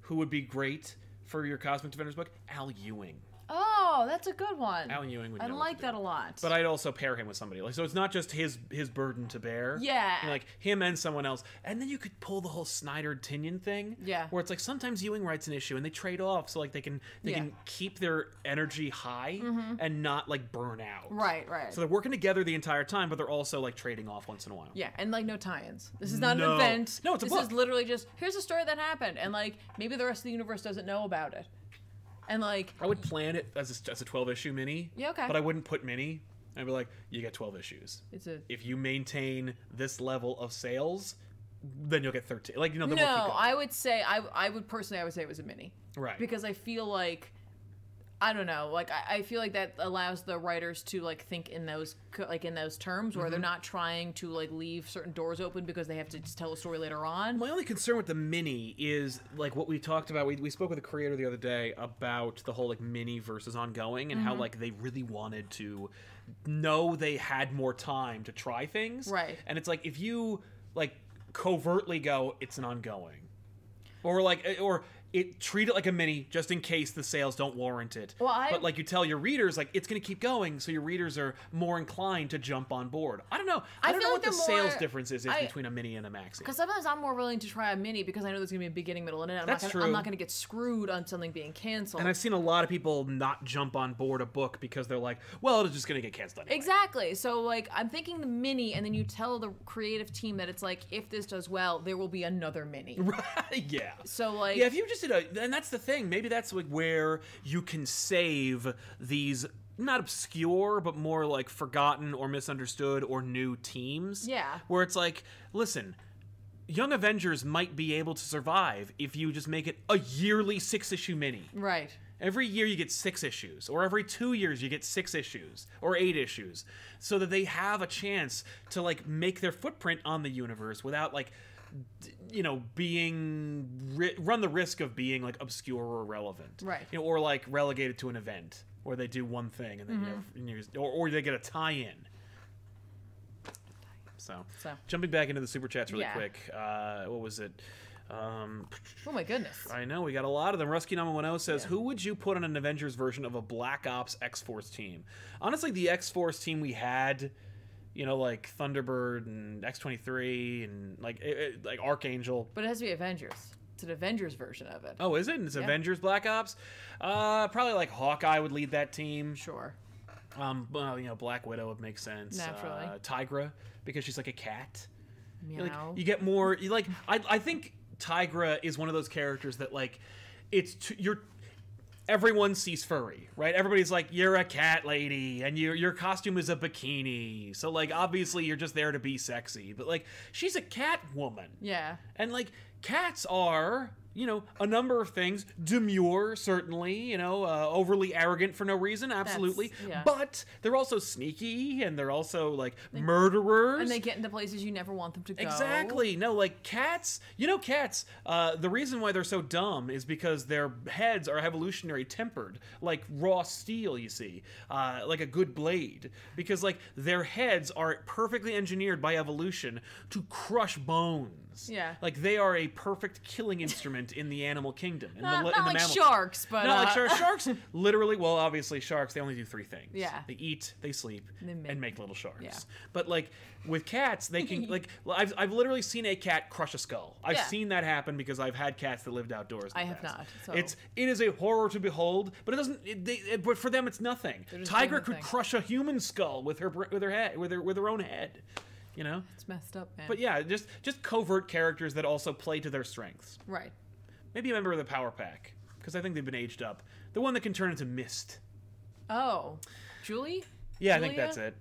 Speaker 1: Who would be great for your Cosmic Defenders book? Al Ewing.
Speaker 4: Oh, that's a good one.
Speaker 1: Alan Ewing would
Speaker 4: I
Speaker 1: know what
Speaker 4: like
Speaker 1: to do.
Speaker 4: that a lot.
Speaker 1: But I'd also pair him with somebody. Like so it's not just his his burden to bear.
Speaker 4: Yeah.
Speaker 1: You know, like him and someone else. And then you could pull the whole Snyder Tinian thing.
Speaker 4: Yeah.
Speaker 1: Where it's like sometimes Ewing writes an issue and they trade off so like they can they
Speaker 4: Yeah. Mm-hmm.
Speaker 1: can keep their energy high and not like burn out.
Speaker 4: right, right.
Speaker 1: So they're working together the entire time, but they're also like trading off once in a while.
Speaker 4: yeah, and like no tie-ins. This is not
Speaker 1: No.
Speaker 4: an event.
Speaker 1: No, it's a
Speaker 4: this
Speaker 1: book.
Speaker 4: is literally just here's a story that happened, and like maybe the rest of the universe doesn't know about it, and like
Speaker 1: I would plan it as a, as a 12 issue mini.
Speaker 4: Yeah, okay.
Speaker 1: But I wouldn't put mini. I'd be like, you get 12 issues.
Speaker 4: It's a
Speaker 1: If you maintain this level of sales, then you'll get 13. Like, you know, the more
Speaker 4: no. I would say I I would personally I would say it was a mini
Speaker 1: Right.
Speaker 4: because I feel like I don't know like I, I feel like that allows the writers to like think in those co- like in those terms where they're
Speaker 1: Mm-hmm.
Speaker 4: not trying to like leave certain doors open because they have to just tell a story later on.
Speaker 1: My only concern with the mini is like what we talked about. We, we spoke with a creator the other day about the whole like mini versus ongoing and
Speaker 4: Mm-hmm.
Speaker 1: how like they really wanted to know they had more time to try things.
Speaker 4: Right.
Speaker 1: And it's like if you like covertly go, it's an ongoing, or like eh, or it treat it like a mini just in case the sales don't warrant it.
Speaker 4: Well, I-
Speaker 1: but like you tell your readers like it's going to keep going, so your readers are more inclined to jump on board. I don't know. I,
Speaker 4: I
Speaker 1: don't
Speaker 4: feel
Speaker 1: know
Speaker 4: like
Speaker 1: what the,
Speaker 4: the
Speaker 1: sales
Speaker 4: more-
Speaker 1: difference is,
Speaker 4: I-
Speaker 1: between a mini and a maxi.
Speaker 4: Because sometimes I'm more willing to try a mini because I know there's gonna be a beginning, middle, and end. I'm
Speaker 1: That's
Speaker 4: not gonna, I'm
Speaker 1: true.
Speaker 4: not gonna get screwed on something being canceled.
Speaker 1: And I've seen a lot of people not jump on board a book because they're like, well, it's just going to get canceled anyway.
Speaker 4: Exactly. So like I'm thinking the mini and then you tell the creative team that it's like if this does well, there will be another mini.
Speaker 1: yeah.
Speaker 4: So like
Speaker 1: Yeah, if you just did a, and that's the thing. Maybe that's like where you can save these not obscure, but more like forgotten or misunderstood or new teams.
Speaker 4: Yeah.
Speaker 1: Where it's like, listen, Young Avengers might be able to survive if you just make it a yearly six issue mini.
Speaker 4: Right.
Speaker 1: Every year you get six issues, or every two years you get six issues, or eight issues, so that they have a chance to like make their footprint on the universe without like, d- you know, being ri- run the risk of being like obscure or irrelevant,
Speaker 4: Right.
Speaker 1: You know, or like relegated to an event where they do one thing and then
Speaker 4: Mm-hmm.
Speaker 1: you know, or, or they get a tie-in. So,
Speaker 4: So.
Speaker 1: jumping back into the super chats really
Speaker 4: Yeah.
Speaker 1: quick. Uh, what was it? Um,
Speaker 4: Oh my goodness.
Speaker 1: I know we got a lot of them. Rusky number one oh says, "Who would you put on an Avengers version of a Black Ops X Force team?" Honestly, the X Force team we had, you know, like Thunderbird and X twenty three and like it, it- like Archangel.
Speaker 4: But it has to be Avengers. It's an Avengers version of it.
Speaker 1: Oh, is it? And it's Avengers Black Ops. Uh, probably like Hawkeye would lead that team.
Speaker 4: Sure.
Speaker 1: Um, well, you know, Black Widow would make sense.
Speaker 4: Naturally.
Speaker 1: uh, Tigra because she's like a cat.
Speaker 4: Meow.
Speaker 1: Like, you get more. You like I, I think Tigra is one of those characters that like it's too, you're everyone sees furry, right? Everybody's like you're a cat lady and your your costume is a bikini. So like obviously you're just there to be sexy, but like she's a cat woman.
Speaker 4: yeah.
Speaker 1: And like cats are, you know, a number of things. Demure, certainly, you know, uh, overly arrogant for no reason, absolutely.
Speaker 4: yeah.
Speaker 1: But they're also sneaky and they're also like murderers.
Speaker 4: And they get into places you never want them to go.
Speaker 1: Exactly. No, like cats, you know, cats, uh, the reason why they're so dumb is because their heads are evolutionary tempered, like raw steel, you see, uh, like a good blade. Because, like, their heads are perfectly engineered by evolution to crush bones.
Speaker 4: Yeah.
Speaker 1: Like, they are a perfect killing instrument in the animal kingdom. In
Speaker 4: Not,
Speaker 1: the,
Speaker 4: not
Speaker 1: in the
Speaker 4: like
Speaker 1: mammal-
Speaker 4: sharks, but
Speaker 1: Not like
Speaker 4: uh,
Speaker 1: sharks. Sharks literally, well, obviously, sharks, they only do three things.
Speaker 4: Yeah.
Speaker 1: They eat, they sleep,
Speaker 4: They make-
Speaker 1: and make little sharks.
Speaker 4: Yeah.
Speaker 1: But like with cats, they can like I've, I've literally seen a cat crush a skull. I've
Speaker 4: Yeah.
Speaker 1: seen that happen because I've had cats that lived outdoors. in
Speaker 4: I
Speaker 1: the
Speaker 4: have
Speaker 1: past.
Speaker 4: not, so-
Speaker 1: It's it is a horror to behold, but it doesn't. It, they, it- but for them, it's nothing.
Speaker 4: just
Speaker 1: Tiger
Speaker 4: doing
Speaker 1: could
Speaker 4: their thing.
Speaker 1: crush a human skull with her br- with her head with her with her own head, you know.
Speaker 4: it's messed up, man.
Speaker 1: But yeah, just just covert characters that also play to their strengths.
Speaker 4: Right.
Speaker 1: Maybe a member of the Power Pack because I think they've been aged up. The one that can turn into mist.
Speaker 4: Oh. Julie?
Speaker 1: Yeah, I think
Speaker 4: Julia?
Speaker 1: that's it.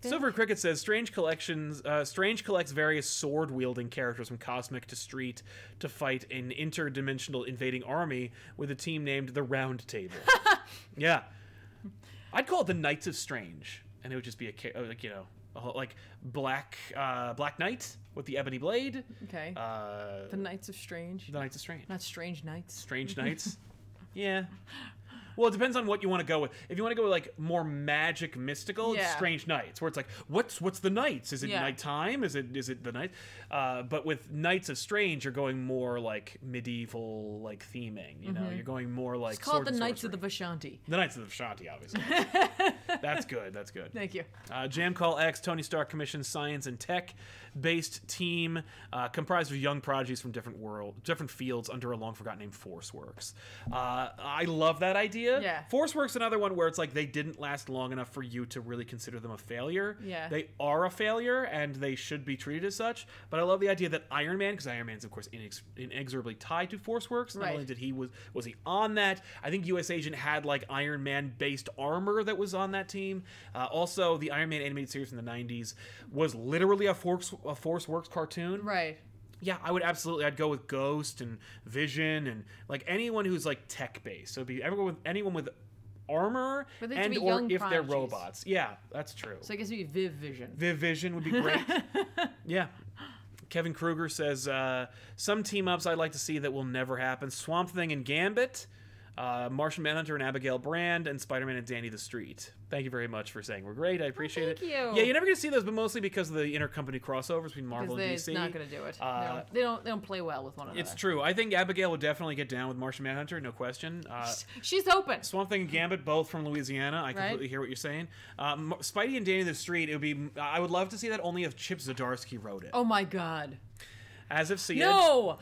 Speaker 1: Silver Cricket says Strange collections. Uh, Strange collects various sword wielding characters from cosmic to street to fight an interdimensional invading army with a team named the Round Table. yeah, I'd call it the Knights of Strange, and it would just be a ca- uh, like you know a whole, like black uh, black knight with the ebony blade.
Speaker 4: Okay.
Speaker 1: Uh,
Speaker 4: the Knights of Strange.
Speaker 1: the Knights of Strange.
Speaker 4: Not Strange Knights.
Speaker 1: Strange Knights. yeah. Well, it depends on what you want to go with. If you want to go with like more magic, mystical, it's
Speaker 4: Yeah.
Speaker 1: Strange Knights, where it's like, what's what's the knights? Is it
Speaker 4: Yeah.
Speaker 1: nighttime? Is it is it the night? Uh, but with Knights of Strange, you're going more like medieval like theming. You know, you're going more like
Speaker 4: Mm-hmm. It's called
Speaker 1: sword
Speaker 4: the
Speaker 1: and
Speaker 4: Knights of the
Speaker 1: sorcery.
Speaker 4: Vishanti.
Speaker 1: the Knights of the Vishanti, obviously. That's good. That's good.
Speaker 4: Thank you.
Speaker 1: Uh, Jam Call X, Tony Stark commissioned science and tech based team uh, comprised of young prodigies from different world, different fields under a long forgotten name, Force Works. Uh, I love that idea. idea.
Speaker 4: Yeah.
Speaker 1: Forceworks another one where it's like they didn't last long enough for you to really consider them a failure.
Speaker 4: Yeah.
Speaker 1: They are a failure and they should be treated as such. But I love the idea that Iron Man, because Iron Man's of course inex- inexorably tied to Forceworks. Not
Speaker 4: Right.
Speaker 1: only did he was was he on that, I think U.S. Agent had like Iron Man based armor that was on that team. Uh, also, the Iron Man animated series from the '90s was literally a Force a Forceworks cartoon.
Speaker 4: Right.
Speaker 1: Yeah, I would absolutely. I'd go with Ghost and Vision and like anyone who's like tech based. So it'd be everyone with anyone with armor
Speaker 4: But they have to
Speaker 1: and
Speaker 4: be
Speaker 1: or
Speaker 4: young
Speaker 1: if they're
Speaker 4: prodigies.
Speaker 1: robots. Yeah, that's true.
Speaker 4: So I guess it'd be Viv Vision.
Speaker 1: Viv Vision would be great. yeah. Kevin Kruger says uh, some team ups I'd like to see that will never happen: Swamp Thing and Gambit, uh, Martian Manhunter and Abigail Brand, and Spider-Man and Danny the Street. Thank you very much for saying we're great. I appreciate
Speaker 4: Oh, thank
Speaker 1: it.
Speaker 4: you.
Speaker 1: Yeah, you're never gonna see those, but mostly because of the intercompany crossovers between Marvel
Speaker 4: Because
Speaker 1: and
Speaker 4: they're
Speaker 1: DC.
Speaker 4: not gonna do it.
Speaker 1: Uh,
Speaker 4: they, don't, they don't. They don't play well with one another.
Speaker 1: It's true. I think Abigail would definitely get down with Martian Manhunter, no question. Uh,
Speaker 4: She's open.
Speaker 1: Swamp Thing and Gambit, both from Louisiana. I completely hear what you're saying. Um, Spidey and Danny the Street. It would be. I would love to see that only if Chip Zdarsky wrote it.
Speaker 4: Oh my god.
Speaker 1: As if Sia.
Speaker 4: No.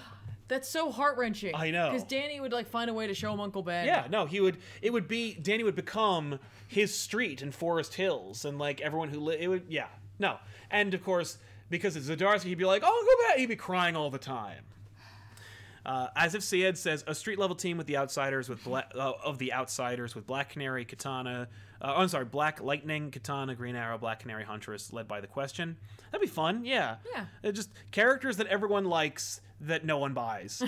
Speaker 4: That's so heart wrenching.
Speaker 1: I know.
Speaker 4: Because Danny would like find a way to show him Uncle Ben.
Speaker 1: Yeah, no, he would. It would be Danny would become his street in Forest Hills, and like everyone who lived, it would. Yeah, no, and of course because it's Zdarsky, he'd be like, "Oh, go back!" He'd be crying all the time. Uh, as if Syed says, a street level team with the outsiders with bla- uh, of the outsiders with Black Canary, Katana. Uh, I'm sorry, Black Lightning, Katana, Green Arrow, Black Canary, Huntress, led by the Question. That'd be fun. Yeah.
Speaker 4: Yeah.
Speaker 1: Uh, just characters that everyone likes that no one buys.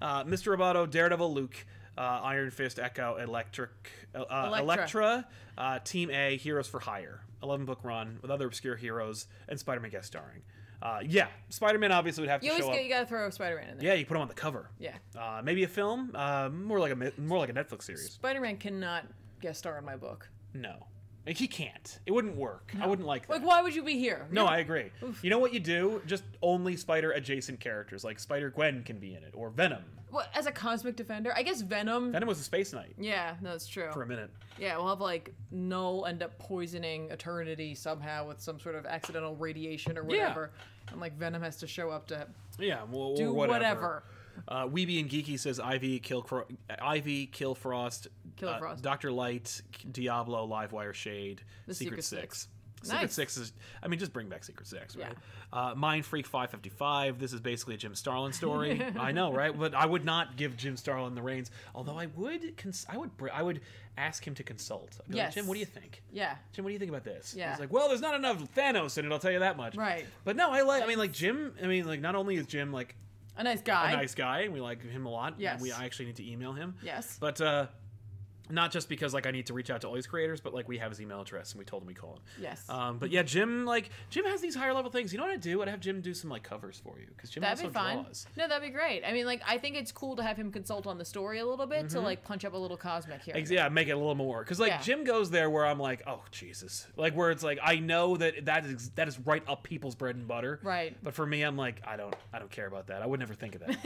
Speaker 1: Uh, Mr. Roboto, Daredevil, Luke, uh, Iron Fist, Echo, Electric, uh, uh, Electra,
Speaker 4: Electra.
Speaker 1: uh, Team A, Heroes for Hire, eleven book run with other obscure heroes and Spider-Man guest starring. Uh, yeah, Spider-Man obviously would have to
Speaker 4: You always
Speaker 1: show
Speaker 4: get,
Speaker 1: up.
Speaker 4: you gotta throw Spider Man in there.
Speaker 1: Yeah, you put him on the cover.
Speaker 4: Yeah.
Speaker 1: Uh, maybe a film, uh, more like a mi- more like a Netflix series.
Speaker 4: Spider Man cannot guest star in my book.
Speaker 1: No, like, he can't. It wouldn't work. I wouldn't like that.
Speaker 4: Like, why would you be here?
Speaker 1: No, I agree. You know what you do? Just only Spider adjacent characters, like Spider Gwen can be in it, or Venom.
Speaker 4: Well, as a cosmic defender, I guess Venom.
Speaker 1: Venom was a space knight
Speaker 4: yeah, no, that's true.
Speaker 1: for a minute.
Speaker 4: Yeah, we'll have like Null end up poisoning Eternity somehow with some sort of accidental radiation or whatever, and like Venom has to show up to
Speaker 1: Yeah, well,
Speaker 4: do
Speaker 1: or
Speaker 4: whatever.
Speaker 1: whatever. Uh, Weeby and Geeky says Ivy, Kill, Cro- Ivy, Kill Frost,
Speaker 4: Kill
Speaker 1: uh,
Speaker 4: Frost.
Speaker 1: Doctor Light, Diablo, Livewire, Shade,
Speaker 4: The
Speaker 1: Secret Six.
Speaker 4: Secret Six.
Speaker 1: Secret
Speaker 4: Nice.
Speaker 1: Six is, I mean, just bring back Secret Six, right?
Speaker 4: Yeah.
Speaker 1: Uh, Mind Freak 555. This is basically a Jim Starlin story. I know, right? But I would not give Jim Starlin the reins. Although I would, cons- I would, br- I would ask him to consult. I'd be like,
Speaker 4: Yes.
Speaker 1: Jim, what do you think?
Speaker 4: Yeah,
Speaker 1: Jim, what do you think about this?
Speaker 4: Yeah.
Speaker 1: He's like, well, there's not enough Thanos in it. I'll tell you that much.
Speaker 4: Right.
Speaker 1: But no, I like. I mean, like Jim. I mean, like not only is Jim like
Speaker 4: a nice guy.
Speaker 1: a nice guy and we like him a lot. Yeah,
Speaker 4: Yes.
Speaker 1: we I actually need to email him.
Speaker 4: Yes.
Speaker 1: But uh not just because like I need to reach out to all these creators, but like we have his email address and we told him we call him.
Speaker 4: Yes.
Speaker 1: Um, but yeah, Jim like Jim has these higher level things. You know what I'd do? I'd have Jim do some like covers for you because Jim
Speaker 4: That'd
Speaker 1: also
Speaker 4: be fun.
Speaker 1: draws.
Speaker 4: No, that'd be great. I mean, like, I think it's cool to have him consult on the story a little bit
Speaker 1: Mm-hmm.
Speaker 4: to like punch up a little cosmic here.
Speaker 1: Ex- Yeah, make it a little more because like
Speaker 4: Yeah.
Speaker 1: Jim goes there where I'm like, oh Jesus, like where it's like I know that that is that is right up people's bread and butter.
Speaker 4: Right.
Speaker 1: But for me, I'm like, I don't I don't care about that. I would never think of that.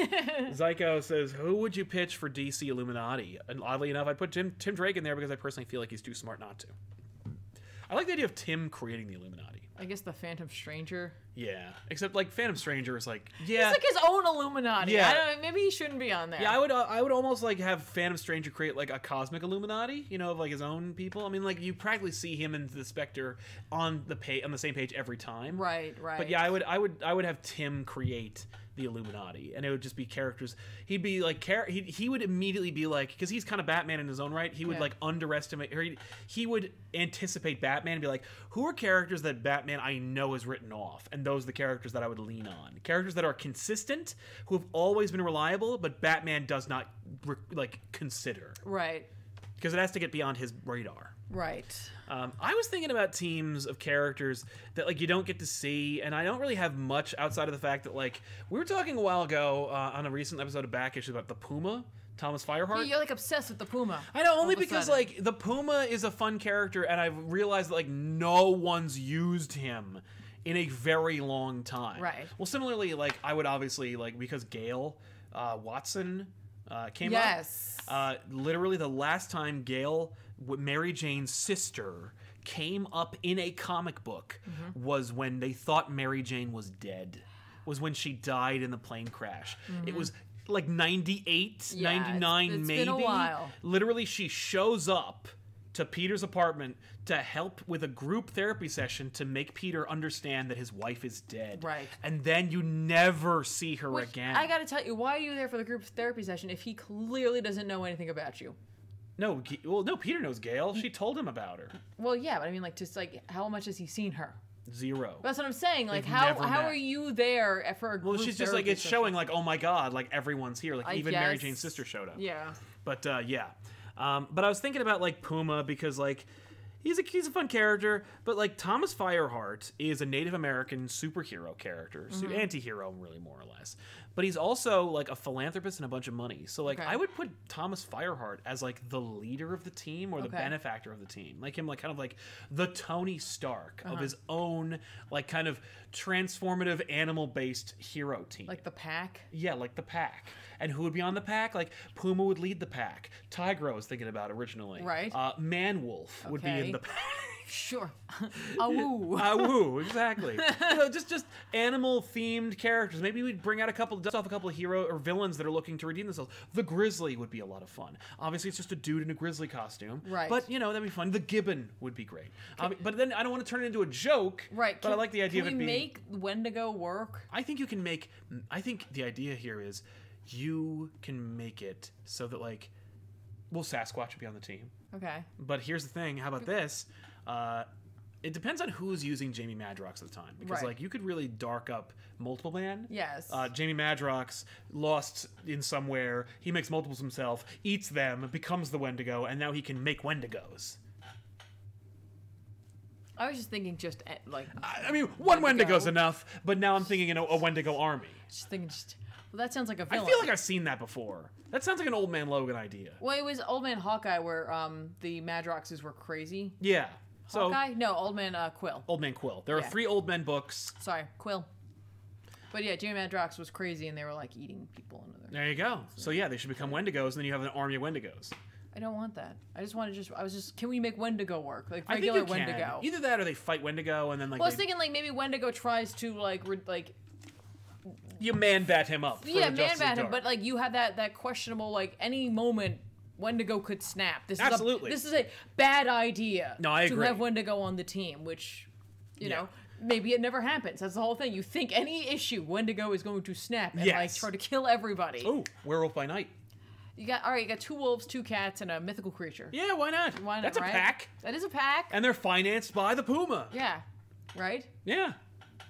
Speaker 1: Zyko says, who would you pitch for DC Illuminati? And oddly enough, I'd put Tim Tim Drake in there because I personally feel like he's too smart not to. I like the idea of Tim creating the Illuminati.
Speaker 4: I guess the Phantom Stranger.
Speaker 1: Yeah. Except like Phantom Stranger is like, yeah.
Speaker 4: It's like his own Illuminati.
Speaker 1: Yeah.
Speaker 4: I don't, maybe he shouldn't be on there.
Speaker 1: Yeah, I would. Uh, I would almost like have Phantom Stranger create like a cosmic Illuminati, you know, of like his own people. I mean, like you practically see him and the Spectre on the page on the same page every time.
Speaker 4: right, right.
Speaker 1: But yeah, I would. I would. I would have Tim create the Illuminati, and it would just be characters. He'd be like, char- he he would immediately be like, because he's kind of Batman in his own right. He would
Speaker 4: Yeah.
Speaker 1: like underestimate, or he, he would anticipate Batman and be like, who are characters that Batman I know is written off, and those are the characters that I would lean on. Characters that are consistent, who have always been reliable, but Batman does not re- like consider
Speaker 4: Right,
Speaker 1: because it has to get beyond his radar.
Speaker 4: right.
Speaker 1: Um, I was thinking about teams of characters that like you don't get to see, and I don't really have much outside of the fact that like we were talking a while ago uh, on a recent episode of Back Issue about the Puma, Thomas Fireheart.
Speaker 4: Yeah, you're like obsessed with the Puma.
Speaker 1: I know only
Speaker 4: All of a
Speaker 1: because
Speaker 4: sudden.
Speaker 1: like the Puma is a fun character, and I've realized that like no one's used him in a very long time.
Speaker 4: Right.
Speaker 1: Well, similarly, like I would obviously like because Gail uh, Watson uh, came up.
Speaker 4: Yes.
Speaker 1: Uh, literally, the last time Gail, w- Mary Jane's sister, came up in a comic book
Speaker 4: Mm-hmm.
Speaker 1: was when they thought Mary Jane was dead. Was when she died in the plane crash. It was like 98,
Speaker 4: Yeah, it's-
Speaker 1: 99
Speaker 4: Mm-hmm. it's
Speaker 1: maybe.
Speaker 4: been a while.
Speaker 1: Literally she shows up to Peter's apartment to help with a group therapy session to make Peter understand that his wife is dead.
Speaker 4: Right.
Speaker 1: And then you never see her
Speaker 4: Which,
Speaker 1: again.
Speaker 4: I gotta tell you, why are you there for the group therapy session if he clearly doesn't know anything about you?
Speaker 1: No, G- well no, Peter knows Gail. She told him about her.
Speaker 4: Well, yeah, but I mean, like, just like, how much has he seen her?
Speaker 1: Zero.
Speaker 4: That's what I'm saying. Like,
Speaker 1: They've
Speaker 4: how
Speaker 1: never
Speaker 4: how
Speaker 1: met.
Speaker 4: are you there at- for a group
Speaker 1: Well, she's just like
Speaker 4: therapy
Speaker 1: it's
Speaker 4: session?
Speaker 1: showing like oh my god, like everyone's here, like
Speaker 4: I
Speaker 1: even Mary
Speaker 4: guess.
Speaker 1: Jane's sister showed up.
Speaker 4: Yeah.
Speaker 1: But uh, yeah, um, but I was thinking about like Puma because like he's a he's a fun character, but like Thomas Fireheart is a Native American superhero character, su-
Speaker 4: Mm-hmm.
Speaker 1: anti-hero really more or less. But he's also like a philanthropist and a bunch of money. So like
Speaker 4: Okay.
Speaker 1: I would put Thomas Fireheart as like the leader of the team or the
Speaker 4: Okay.
Speaker 1: benefactor of the team, like him like kind of like the Tony Stark
Speaker 4: Uh-huh.
Speaker 1: of his own like kind of transformative animal-based hero team.
Speaker 4: Like the pack.
Speaker 1: Yeah, like the pack. And who would be on the pack? Like Puma would lead the pack. Tigro was thinking about originally.
Speaker 4: Right.
Speaker 1: Uh, Man Wolf would be in
Speaker 4: Okay.
Speaker 1: the pack.
Speaker 4: Sure. Awoo.
Speaker 1: Ah, woo, exactly. you know, just just animal themed characters. Maybe we'd bring out a couple, dust off a couple of hero or villains that are looking to redeem themselves. The Grizzly would be a lot of fun. Obviously, it's just a dude in a grizzly costume.
Speaker 4: Right.
Speaker 1: But you know that'd be fun. The Gibbon would be great. Um, but then I don't want to turn it into a joke.
Speaker 4: right.
Speaker 1: But I
Speaker 4: can-
Speaker 1: like the idea
Speaker 4: can
Speaker 1: of it
Speaker 4: we
Speaker 1: being.
Speaker 4: make Wendigo work?
Speaker 1: I think you can make. I think the idea here is you can make it so that like, well, Sasquatch would be on the team.
Speaker 4: Okay.
Speaker 1: But here's the thing. How about this? Uh, it depends on who's using Jamie Madrox at the time because
Speaker 4: Right.
Speaker 1: like you could really dark up Multiple Man.
Speaker 4: Yes.
Speaker 1: Uh, Jamie Madrox lost in somewhere. He makes multiples himself, eats them, becomes the Wendigo, and now he can make Wendigos.
Speaker 4: I was just thinking, just eh, like,
Speaker 1: I, I mean, one
Speaker 4: Wendigo.
Speaker 1: Wendigo's enough, but now I'm thinking you know a Wendigo army.
Speaker 4: just thinking, just. Well, that sounds like a
Speaker 1: I
Speaker 4: villain.
Speaker 1: feel like I've seen that before. That sounds like an old man Logan idea.
Speaker 4: Well, it was Old Man Hawkeye where um the Madroxes were crazy.
Speaker 1: Yeah. So
Speaker 4: Hawkeye? No, Old Man uh, Quill.
Speaker 1: Old Man Quill. There are
Speaker 4: Yeah.
Speaker 1: three old men books.
Speaker 4: Sorry, Quill. But yeah, Jamie Madrox was crazy, and they were like eating people and other.
Speaker 1: There you go. So yeah, they should become Wendigos, and then you have an army of Wendigos.
Speaker 4: I don't want that. I just want to just. I was just. Can we make Wendigo work? Like
Speaker 1: I think
Speaker 4: regular
Speaker 1: you can.
Speaker 4: Wendigo.
Speaker 1: Either that, or they fight Wendigo, and then like
Speaker 4: well, I was
Speaker 1: they-
Speaker 4: thinking like maybe Wendigo tries to like re- like
Speaker 1: you man bat him up. For
Speaker 4: yeah
Speaker 1: the
Speaker 4: man
Speaker 1: Justice
Speaker 4: bat
Speaker 1: of
Speaker 4: him,
Speaker 1: Dark.
Speaker 4: but like you have that that questionable like any moment Wendigo could snap. This
Speaker 1: Absolutely.
Speaker 4: is a, this is a bad idea.
Speaker 1: No, I
Speaker 4: To
Speaker 1: agree.
Speaker 4: have Wendigo on the team, which you
Speaker 1: Yeah.
Speaker 4: know. Maybe it never happens. That's the whole thing. You think any issue, Wendigo is going to snap and like
Speaker 1: Yes.
Speaker 4: try to kill everybody.
Speaker 1: oh, Werewolf by Night.
Speaker 4: You got all right. You got two wolves, two cats, and a mythical creature.
Speaker 1: Yeah, why not?
Speaker 4: Why not,
Speaker 1: That's a
Speaker 4: right?
Speaker 1: pack,
Speaker 4: That is a pack.
Speaker 1: and they're financed by the Puma.
Speaker 4: yeah, right.
Speaker 1: Yeah.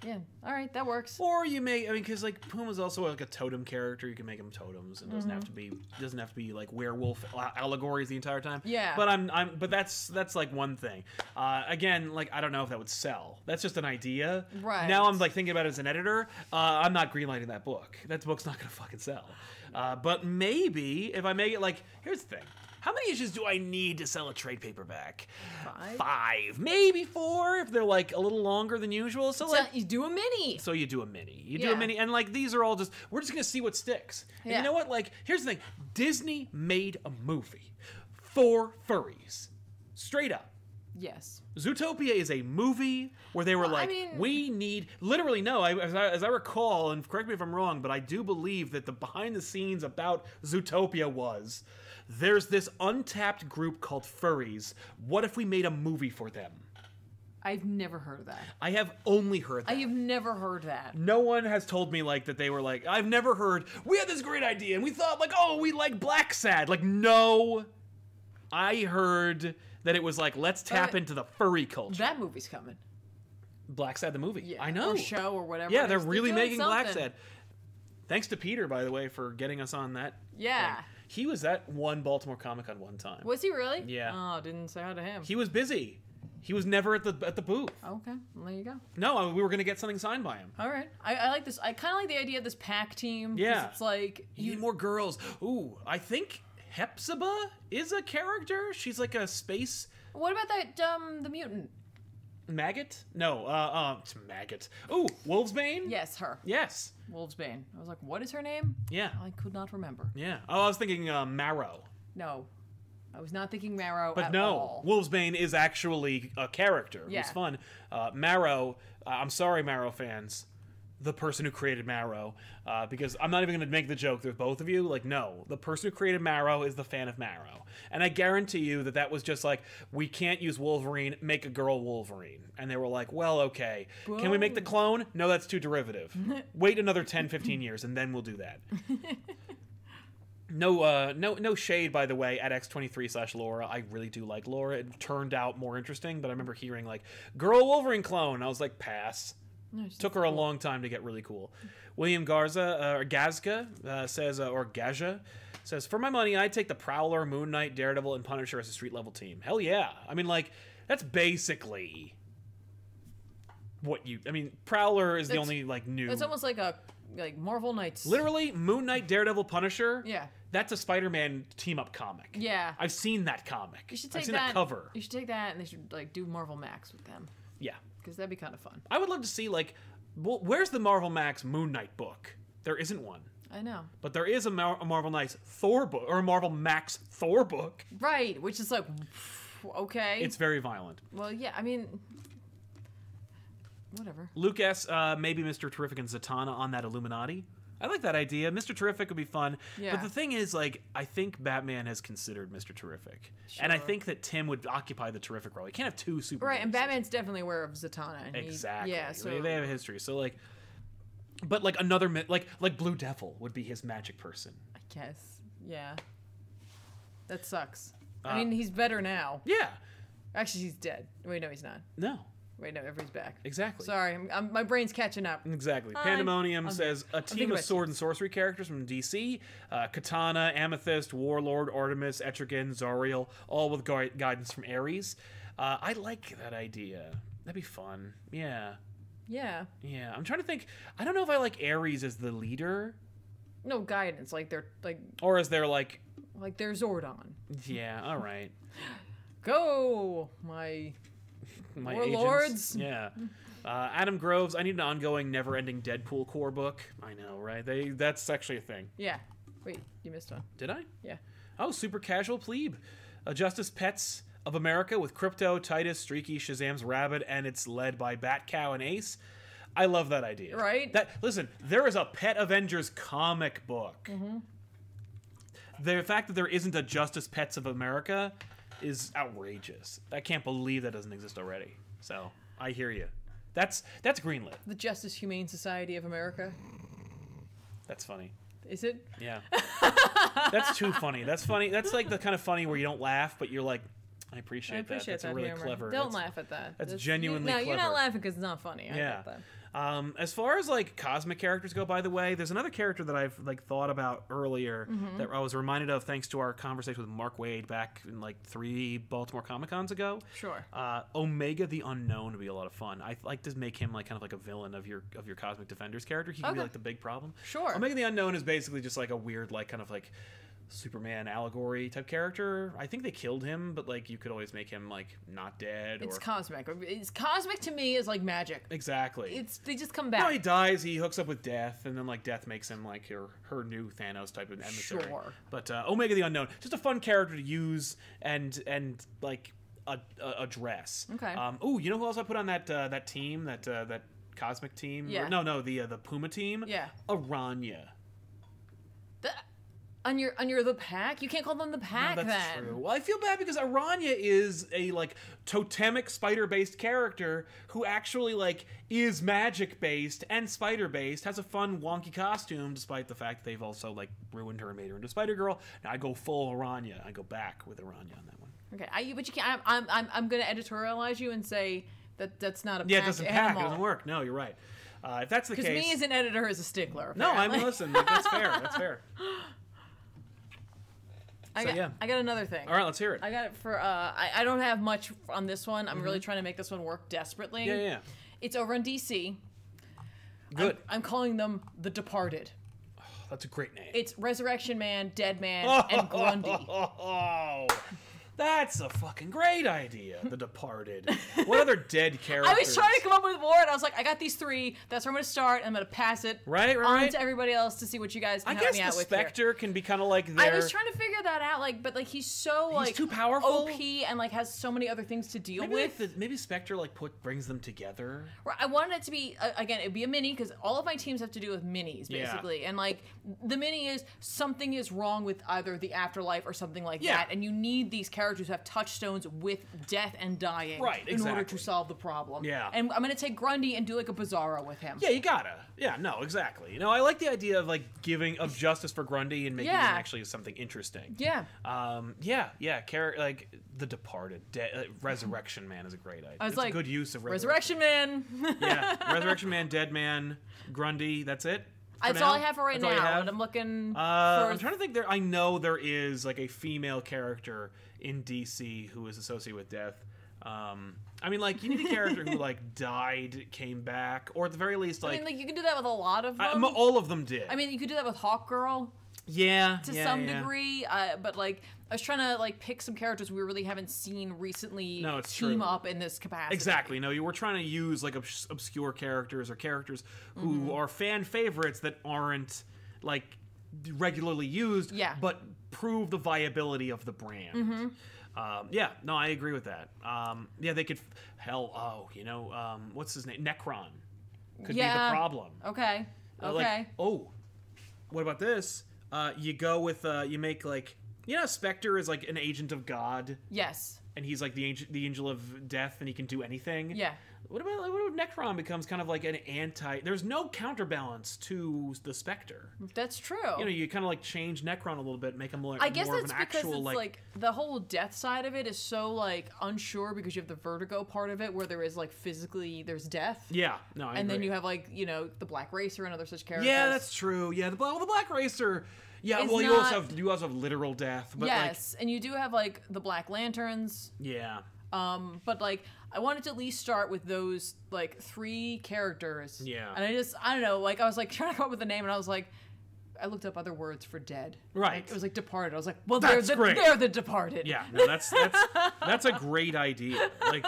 Speaker 4: Yeah. All right, that works.
Speaker 1: Or you may, I mean, because like Puma's also like a totem character. You can make him totems, and doesn't have to be doesn't have to be like werewolf a- allegories the entire time.
Speaker 4: Mm-hmm. Yeah.
Speaker 1: But I'm I'm but that's that's like one thing. Uh, again, like I don't know if that would sell. That's just an idea.
Speaker 4: Right.
Speaker 1: Now I'm like thinking about it as an editor. Uh, I'm not greenlighting that book. That book's not gonna fucking sell. Uh, but maybe if I make it like here's the thing. How many issues do I need to sell a trade paperback?
Speaker 4: Five?
Speaker 1: Five, maybe four if they're like a little longer than usual. So
Speaker 4: So
Speaker 1: like
Speaker 4: you do a mini.
Speaker 1: so you do a mini. You do
Speaker 4: Yeah.
Speaker 1: a mini, and like these are all just we're just gonna see what sticks. And
Speaker 4: Yeah.
Speaker 1: you know what? Like here's the thing: Disney made a movie for furries, straight up.
Speaker 4: Yes.
Speaker 1: Zootopia is a movie where they were
Speaker 4: I
Speaker 1: like,
Speaker 4: mean-
Speaker 1: we need literally no. I, as, I, as I recall, and correct me if I'm wrong, but I do believe that the behind the scenes about Zootopia was there's this untapped group called furries. What if we made a movie for them?
Speaker 4: I've never heard of that.
Speaker 1: I have only heard. That.
Speaker 4: I have never heard that.
Speaker 1: No one has told me like that they were like I've never heard we had this great idea and we thought like oh we like black sad like no I heard that it was like let's tap
Speaker 4: Uh,
Speaker 1: into the furry culture
Speaker 4: That movie's coming.
Speaker 1: black sad the movie
Speaker 4: Yeah.
Speaker 1: I know
Speaker 4: Or show or whatever.
Speaker 1: yeah they're
Speaker 4: Just-
Speaker 1: really
Speaker 4: doing
Speaker 1: making black
Speaker 4: something.
Speaker 1: sad thanks to Peter by the way for getting us on that
Speaker 4: Yeah.
Speaker 1: thing. he was at one Baltimore Comic Con one time
Speaker 4: Was he really?
Speaker 1: Yeah.
Speaker 4: Oh, didn't say hi to him.
Speaker 1: he was busy he was never at the at the booth
Speaker 4: okay. Well, there you go.
Speaker 1: no I- we were gonna get something signed by him
Speaker 4: All right. I, I like this. I kind of like the idea of this pack team. 'cause
Speaker 1: Yeah.
Speaker 4: It's like
Speaker 1: You need more girls. Ooh, I think Hepzibah is a character. She's like a space
Speaker 4: What about that um the mutant?
Speaker 1: maggot. No, uh, uh, it's maggot. Ooh, Wolvesbane.
Speaker 4: Yes, her.
Speaker 1: Yes.
Speaker 4: Wolvesbane. I was like, what is her name?
Speaker 1: Yeah.
Speaker 4: I could not remember.
Speaker 1: Yeah. Oh, I was thinking uh, Marrow,
Speaker 4: No. I was not thinking Marrow
Speaker 1: but
Speaker 4: at
Speaker 1: no,
Speaker 4: all.
Speaker 1: Wolvesbane is actually a character. It
Speaker 4: Yeah.
Speaker 1: was fun. Uh, Marrow. Uh, I'm sorry, Marrow fans. the person who created Marrow, uh, because I'm not even going to make the joke with both of you. Like, no, the person who created Marrow is the fan of Marrow, and I guarantee you that that was just like, we can't use Wolverine, make a girl Wolverine, and they were like, well, okay, can we make the clone? No, that's too derivative. Wait another 10, 15 years, and then we'll do that. No, uh, no, no shade. By the way, at X twenty three slash Laura, I really do like Laura. It turned out more interesting, but I remember hearing like "Girl Wolverine clone." and I was like, pass. Took her a long time to get really cool. William Garza uh, or Gazka uh, says, uh, or Gaja says, for my money, I'd take the Prowler, Moon Knight, Daredevil, and Punisher as a street level team. Hell yeah! I mean, like that's basically what you. I mean, Prowler is the
Speaker 4: That's-
Speaker 1: only like new.
Speaker 4: It's almost like a like Marvel Knights.
Speaker 1: Literally, Moon Knight, Daredevil, Punisher.
Speaker 4: Yeah.
Speaker 1: That's a Spider-Man team-up comic.
Speaker 4: Yeah.
Speaker 1: I've seen that comic.
Speaker 4: You should
Speaker 1: I've
Speaker 4: take
Speaker 1: seen
Speaker 4: that.
Speaker 1: that cover.
Speaker 4: You should take that, and they should like do Marvel Max with them,
Speaker 1: Yeah.
Speaker 4: because that'd be kind of fun.
Speaker 1: I would love to see like, well, where's the Marvel Max Moon Knight book? There isn't one,
Speaker 4: I know,
Speaker 1: but there is a, Mar- a Marvel Knights Thor book or a Marvel Max Thor book.
Speaker 4: right? Which is like, okay.
Speaker 1: It's very violent.
Speaker 4: well, yeah. I mean, whatever.
Speaker 1: Lucas, uh, maybe Mr. Terrific and Zatanna on that Illuminati. I like that idea. Mr. Terrific would be fun.
Speaker 4: Yeah.
Speaker 1: But the thing is, like, I think Batman has considered Mr. Terrific. And I
Speaker 4: Sure.
Speaker 1: think that Tim would occupy the Terrific role. He can't have two super.
Speaker 4: Right, and Batman's definitely aware of Zatanna. And he-
Speaker 1: Exactly.
Speaker 4: yeah.
Speaker 1: They-
Speaker 4: So
Speaker 1: they have a history. So like, but like another mi- like like Blue Devil would be his magic person.
Speaker 4: I guess. Yeah. That sucks.
Speaker 1: Uh,
Speaker 4: I mean, he's better now.
Speaker 1: Yeah.
Speaker 4: Actually, he's dead. Wait, no, he's not.
Speaker 1: No.
Speaker 4: Wait, no, everybody's back.
Speaker 1: Exactly.
Speaker 4: Sorry, I'm, I'm, my brain's catching up.
Speaker 1: Exactly.
Speaker 4: Hi.
Speaker 1: Pandemonium
Speaker 4: I'll-
Speaker 1: says a team
Speaker 4: Um, thinking
Speaker 1: of
Speaker 4: about
Speaker 1: sword and sorcery characters from DC: uh, Katana, Amethyst, Warlord, Artemis, Etrigan, Zariel, all with gui- guidance from Ares. Uh, I like that idea. That'd be fun. Yeah.
Speaker 4: Yeah.
Speaker 1: Yeah. I'm trying to think. I don't know if I like Ares as the leader
Speaker 4: No guidance. Like they're like
Speaker 1: or as their like.
Speaker 4: like they're Zordon.
Speaker 1: Yeah. All right.
Speaker 4: Go, my.
Speaker 1: my
Speaker 4: Or
Speaker 1: agents.
Speaker 4: lords.
Speaker 1: Yeah. Uh, Adam Groves, I need an ongoing, never-ending Deadpool core book. I know, right? They that's actually a thing.
Speaker 4: Yeah. Wait, you missed one.
Speaker 1: Did I?
Speaker 4: Yeah.
Speaker 1: Oh, super casual plebe. Uh, Justice Pets of America with Crypto, Titus, Streaky, Shazam's Rabbit, and it's led by Bat Cow and Ace. I love that idea.
Speaker 4: Right?
Speaker 1: That listen, there is a Pet Avengers comic book. The fact that there isn't a Justice Pets of America is outrageous. I can't believe that doesn't exist already. So I hear you. That's that's greenlit.
Speaker 4: The Justice Humane Society of America.
Speaker 1: That's funny.
Speaker 4: Is it?
Speaker 1: Yeah. That's too funny. That's funny. That's like the kind of funny where you don't laugh, but you're like, I appreciate,
Speaker 4: I appreciate
Speaker 1: that. That's
Speaker 4: that
Speaker 1: really
Speaker 4: humor.
Speaker 1: clever.
Speaker 4: Don't
Speaker 1: That's-
Speaker 4: laugh at that.
Speaker 1: that's
Speaker 4: you-
Speaker 1: genuinely
Speaker 4: No, you're
Speaker 1: clever.
Speaker 4: not laughing because it's not funny. I
Speaker 1: Yeah.
Speaker 4: get that.
Speaker 1: Um, as far as like cosmic characters go, by the way, there's another character that I've like thought about earlier
Speaker 4: Mm-hmm.
Speaker 1: that I was reminded of thanks to our conversation with Mark Wade back in like three Baltimore Comic Cons ago.
Speaker 4: Sure.
Speaker 1: Uh, Omega the Unknown would be a lot of fun. I like to make him like kind of like a villain of your of your Cosmic Defenders character. He could be
Speaker 4: Okay.
Speaker 1: like the big problem.
Speaker 4: Sure.
Speaker 1: Omega the Unknown is basically just like a weird like kind of like Superman allegory type character. I think they killed him, but like you could always make him like not dead
Speaker 4: It's
Speaker 1: or
Speaker 4: cosmic. It's cosmic to me is like magic.
Speaker 1: exactly.
Speaker 4: It's they just come
Speaker 1: No, he
Speaker 4: back.
Speaker 1: dies. He hooks up with Death, and then like Death makes him like her her new Thanos type of emissary.
Speaker 4: Sure.
Speaker 1: But uh, Omega the Unknown, just a fun character to use and and like a, a, address.
Speaker 4: Okay.
Speaker 1: Um. Oh, you know who else I put on that uh, that team that uh, that cosmic team? Or-
Speaker 4: Yeah.
Speaker 1: no, no, the uh, the Puma team.
Speaker 4: Yeah.
Speaker 1: Aranya.
Speaker 4: The- on your on your the pack, you can't call them the pack.
Speaker 1: That's
Speaker 4: then
Speaker 1: true. Well, I feel bad because Aranya is a like totemic spider based character who actually like is magic based and spider based, has a fun wonky costume, despite the fact that they've also like ruined her and made her into Spider Girl. Now I go full Aranya. I go back with Aranya on that one.
Speaker 4: Okay, I, but you can't. I'm, I'm, I'm, I'm gonna editorialize you and say that that's not a
Speaker 1: Yeah, it
Speaker 4: pack
Speaker 1: doesn't pack.
Speaker 4: animal.
Speaker 1: It doesn't work. No, you're right. Uh, if that's the case,
Speaker 4: Because me as an editor is a stickler.
Speaker 1: no, I'm
Speaker 4: apparently.
Speaker 1: listen. like, that's fair. That's fair.
Speaker 4: I
Speaker 1: so,
Speaker 4: got,
Speaker 1: yeah.
Speaker 4: I got another thing.
Speaker 1: All right, let's hear it.
Speaker 4: I got it for. Uh, I, I don't have much on this one. I'm really trying to make this one work desperately.
Speaker 1: Mm-hmm. yeah, yeah, yeah.
Speaker 4: It's over on DC.
Speaker 1: Good. Oh,
Speaker 4: I'm calling them the Departed.
Speaker 1: that's a great name.
Speaker 4: It's Resurrection Man, Dead Man, and Grundy.
Speaker 1: Oh, That's a fucking great idea. The Departed. what other dead characters?
Speaker 4: I was trying to come up with more, and I was like, I got these three. That's where I'm going to start. and I'm going to pass it
Speaker 1: Right, right,
Speaker 4: on
Speaker 1: right.
Speaker 4: to everybody else to see what you guys can
Speaker 1: I
Speaker 4: help
Speaker 1: guess
Speaker 4: me out
Speaker 1: the
Speaker 4: with. here.
Speaker 1: Spectre can be kind of like
Speaker 4: I
Speaker 1: their.
Speaker 4: was trying to figure that out, like, but like he's so like
Speaker 1: too powerful?
Speaker 4: OP, and like has so many other things to deal
Speaker 1: maybe
Speaker 4: with.
Speaker 1: like the, maybe Spectre like put brings them together.
Speaker 4: Right, I wanted it to be uh, again. It'd be a mini because all of my teams have to do with minis
Speaker 1: Yeah.
Speaker 4: basically, and like the mini is something is wrong with either the afterlife or something like
Speaker 1: Yeah.
Speaker 4: that, and you need these characters who have touchstones with death and dying,
Speaker 1: Right,
Speaker 4: in order to
Speaker 1: exactly.
Speaker 4: solve the problem.
Speaker 1: Yeah.
Speaker 4: and I'm gonna take Grundy and do like a Bizarro with him.
Speaker 1: Yeah, you gotta. Yeah, no, exactly. You know, I like the idea of like giving of justice for Grundy and making
Speaker 4: Yeah.
Speaker 1: him actually something interesting.
Speaker 4: Yeah.
Speaker 1: Um. Yeah. Yeah. Char- like the Departed, De- uh, Resurrection Man is a great idea.
Speaker 4: I was
Speaker 1: it's
Speaker 4: like
Speaker 1: a good use of
Speaker 4: Resurrection Man.
Speaker 1: yeah, Resurrection Man, Dead Man, Grundy. That's it. for
Speaker 4: That's
Speaker 1: now?
Speaker 4: all I have for right
Speaker 1: That's all you
Speaker 4: now,
Speaker 1: have?
Speaker 4: and I'm looking
Speaker 1: Uh,
Speaker 4: for
Speaker 1: I'm trying to think. There, I know there is like a female character in DC who is associated with death. Um, I mean, like you need a character who like died, came back, or at the very least,
Speaker 4: I
Speaker 1: like,
Speaker 4: mean, like you can do that with a lot of them.
Speaker 1: I- oh. m- all of them did.
Speaker 4: I mean, you could do that with Hawk Girl
Speaker 1: yeah,
Speaker 4: to
Speaker 1: yeah,
Speaker 4: some
Speaker 1: yeah.
Speaker 4: degree, uh, but like I was trying to like pick some characters we really haven't seen recently
Speaker 1: No, it's
Speaker 4: team
Speaker 1: true.
Speaker 4: up in this capacity.
Speaker 1: Exactly. No, you were trying to use like obs- obscure characters or characters who
Speaker 4: Mm-hmm.
Speaker 1: are fan favorites that aren't like regularly used,
Speaker 4: Yeah. Mm-hmm.
Speaker 1: but prove the viability of the brand. Um, yeah, no, I agree with that. Um, yeah, they could. Hell, oh, you know, um, what's his name? Necron could be
Speaker 4: Yeah.
Speaker 1: the problem.
Speaker 4: Okay.
Speaker 1: Uh,
Speaker 4: Okay.
Speaker 1: like, oh, what about this? Uh, you go with uh, you make like you know, Spectre is like an agent of God
Speaker 4: yes.
Speaker 1: and he's like the angel, the angel of death, and he can do anything.
Speaker 4: Yeah.
Speaker 1: What about like, what if Necron becomes kind of like an anti? There's no counterbalance to the Spectre.
Speaker 4: That's true.
Speaker 1: You know, you kind of like change Necron a little bit, make him like
Speaker 4: Oh. I guess
Speaker 1: more
Speaker 4: that's
Speaker 1: of an
Speaker 4: because
Speaker 1: actual
Speaker 4: it's like,
Speaker 1: like,
Speaker 4: the whole death side of it is so like unsure because you have the vertigo part of it where there is like physically there's death.
Speaker 1: yeah, no, I
Speaker 4: And then
Speaker 1: agree.
Speaker 4: you have like, you know, the Black Racer and other such characters.
Speaker 1: yeah, that's true. Yeah, the, bla- well, the Black Racer. Yeah,
Speaker 4: Is
Speaker 1: well, you also
Speaker 4: not-
Speaker 1: have you also have literal death, but
Speaker 4: yes, and you do have like the Black Lanterns,
Speaker 1: like yeah,
Speaker 4: um, but like I wanted to at least start with those like three characters.
Speaker 1: Yeah.
Speaker 4: and I just I don't know, like I was like trying to come up with a name, and I was like, I looked up other words for dead.
Speaker 1: Right.
Speaker 4: Like, it was like departed. I was like, well,
Speaker 1: That's
Speaker 4: they're the,
Speaker 1: great.
Speaker 4: they're the departed.
Speaker 1: yeah. No, that's that's that's a great idea. Like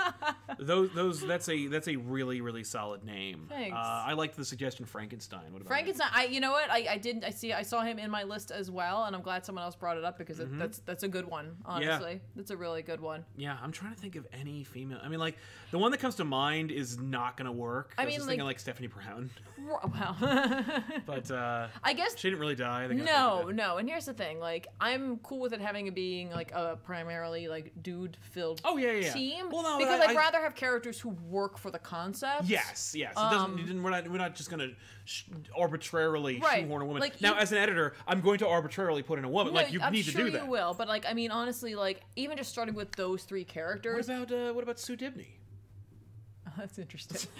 Speaker 1: those those that's a that's a really really solid name.
Speaker 4: Thanks.
Speaker 1: Uh, I liked the suggestion Frankenstein. What about it?
Speaker 4: Frankenstein. I, you know what? I, I didn't. I see. I saw him in my list as well, and I'm glad someone else brought it up because
Speaker 1: Mm-hmm.
Speaker 4: it, that's that's a good one. Honestly, that's a really good one.
Speaker 1: Yeah, I'm trying to think of any female. I mean, like the one that comes to mind is not gonna work. I,
Speaker 4: mean,
Speaker 1: was just
Speaker 4: like-
Speaker 1: thinking like Stephanie Brown,
Speaker 4: Wow.
Speaker 1: but uh,
Speaker 4: I guess
Speaker 1: she didn't really die. They kinda
Speaker 4: No,
Speaker 1: figured
Speaker 4: no. And here's the thing: like, I'm cool with it having it being like a primarily like dude-filled
Speaker 1: Oh, yeah, yeah, yeah.
Speaker 4: team.
Speaker 1: Well, no, but
Speaker 4: because
Speaker 1: I-
Speaker 4: I, would
Speaker 1: I-
Speaker 4: rather have characters who work for the concept.
Speaker 1: it. Yes, yes. It doesn't, you didn't, we're not we're not just gonna sh- arbitrarily
Speaker 4: Right,
Speaker 1: shoehorn a woman.
Speaker 4: like,
Speaker 1: now,
Speaker 4: you-
Speaker 1: as an editor, I'm going to arbitrarily put in a woman.
Speaker 4: No,
Speaker 1: like you
Speaker 4: I'm
Speaker 1: need
Speaker 4: sure
Speaker 1: to do
Speaker 4: you
Speaker 1: that.
Speaker 4: will, but like, I mean, honestly, like, even just starting with those three
Speaker 1: What
Speaker 4: characters,
Speaker 1: about uh, what about Sue Dibney?
Speaker 4: that's interesting.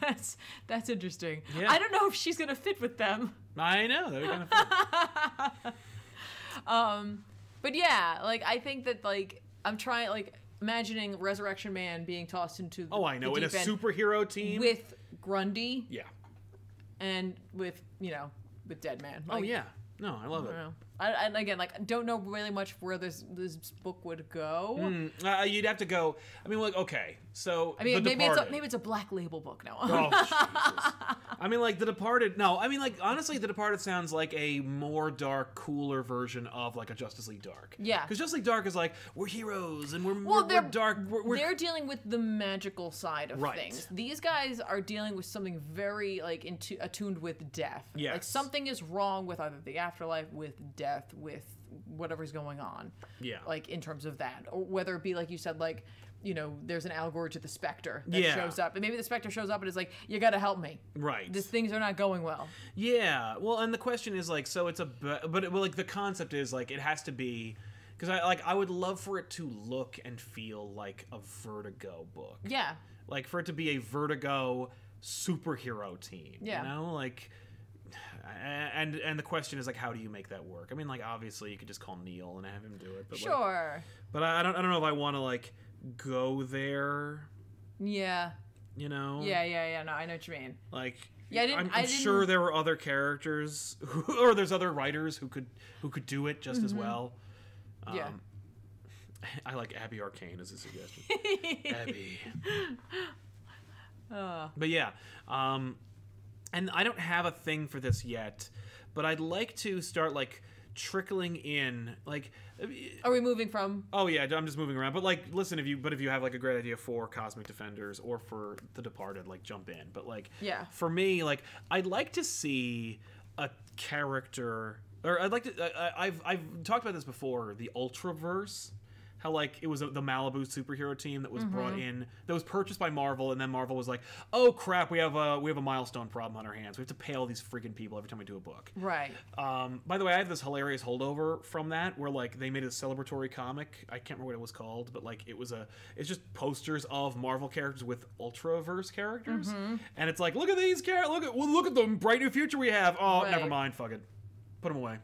Speaker 4: that's that's interesting.
Speaker 1: Yeah.
Speaker 4: I don't know if she's gonna fit with them.
Speaker 1: I know that would be kind of fun.
Speaker 4: But yeah, like I think that like I'm trying like imagining Resurrection Man being tossed into the,
Speaker 1: Oh, I know.
Speaker 4: the
Speaker 1: In a
Speaker 4: deep end
Speaker 1: superhero team.
Speaker 4: with Grundy
Speaker 1: yeah.
Speaker 4: and with you know with Dead Man.
Speaker 1: Oh
Speaker 4: Like,
Speaker 1: yeah. No, I love
Speaker 4: I
Speaker 1: it.
Speaker 4: don't know. I, and again, like I don't know really much where this this book would go.
Speaker 1: Mm, uh, you'd have to go. I mean, like, okay, so
Speaker 4: I mean,
Speaker 1: The
Speaker 4: maybe it's a,
Speaker 1: Departed.
Speaker 4: maybe it's a black label book now.
Speaker 1: Oh, Jesus. I mean, like The Departed. No, I mean, like honestly, The Departed sounds like a more dark, cooler version of like a Justice League Dark.
Speaker 4: Yeah.
Speaker 1: because Justice League Dark is like we're heroes and we're
Speaker 4: well,
Speaker 1: we're,
Speaker 4: they're
Speaker 1: we're dark. We're, we're
Speaker 4: they're dealing with the magical side of
Speaker 1: Right.
Speaker 4: things. These guys are dealing with something very like into, attuned with death. like
Speaker 1: Yes.
Speaker 4: something is wrong with either the afterlife, with death, with whatever's going on.
Speaker 1: yeah,
Speaker 4: like in terms of that or whether it be like you said like you know there's an allegory to the specter that
Speaker 1: Yeah.
Speaker 4: shows up and maybe the specter shows up and is like you gotta help me
Speaker 1: right.
Speaker 4: these things are not going well
Speaker 1: Yeah. Well, and the question is like, so it's a, bu- but it, well, like the concept is like it has to be, because I like I would love for it to look and feel like a Vertigo book.
Speaker 4: yeah
Speaker 1: like for it to be a vertigo superhero team
Speaker 4: Yeah.
Speaker 1: you know like a- and and the question is like how do you make that work i mean like obviously you could just call neil and have him do it but like-
Speaker 4: sure
Speaker 1: but I, I don't i don't know if i want to like go there
Speaker 4: yeah
Speaker 1: you know
Speaker 4: yeah yeah yeah no i know what you mean
Speaker 1: like
Speaker 4: Yeah, I didn't.
Speaker 1: I'm,
Speaker 4: I
Speaker 1: I'm
Speaker 4: didn't,
Speaker 1: sure there were other characters, who, or there's other writers who could who could do it just
Speaker 4: Mm-hmm.
Speaker 1: as well.
Speaker 4: Yeah.
Speaker 1: um, I like Abby Arcane as a suggestion. Abby. But yeah, um, and I don't have a thing for this yet, but I'd like to start like trickling in like
Speaker 4: Are we moving from?
Speaker 1: oh yeah i'm just moving around but like listen if you but if you have like a great idea for cosmic defenders or for the departed like jump in but like
Speaker 4: Yeah.
Speaker 1: for me like i'd like to see a character or i'd like to I, I- i've i've talked about this before the ultraverse how like it was the Malibu superhero team that was brought in that was purchased by Marvel and then Marvel was like, "Oh crap, we have a we have a milestone problem on our hands. We have to pay all these freaking people every time we do a book."
Speaker 4: Right.
Speaker 1: Um, by the way, I have this hilarious holdover from that where like they made a celebratory comic. I can't remember what it was called, but like it was a it's just posters of Marvel characters with Ultraverse characters, and it's like look at these characters, look at well, look at the bright new future we have. Oh, never
Speaker 4: Right.
Speaker 1: mind, fuck it, put them away.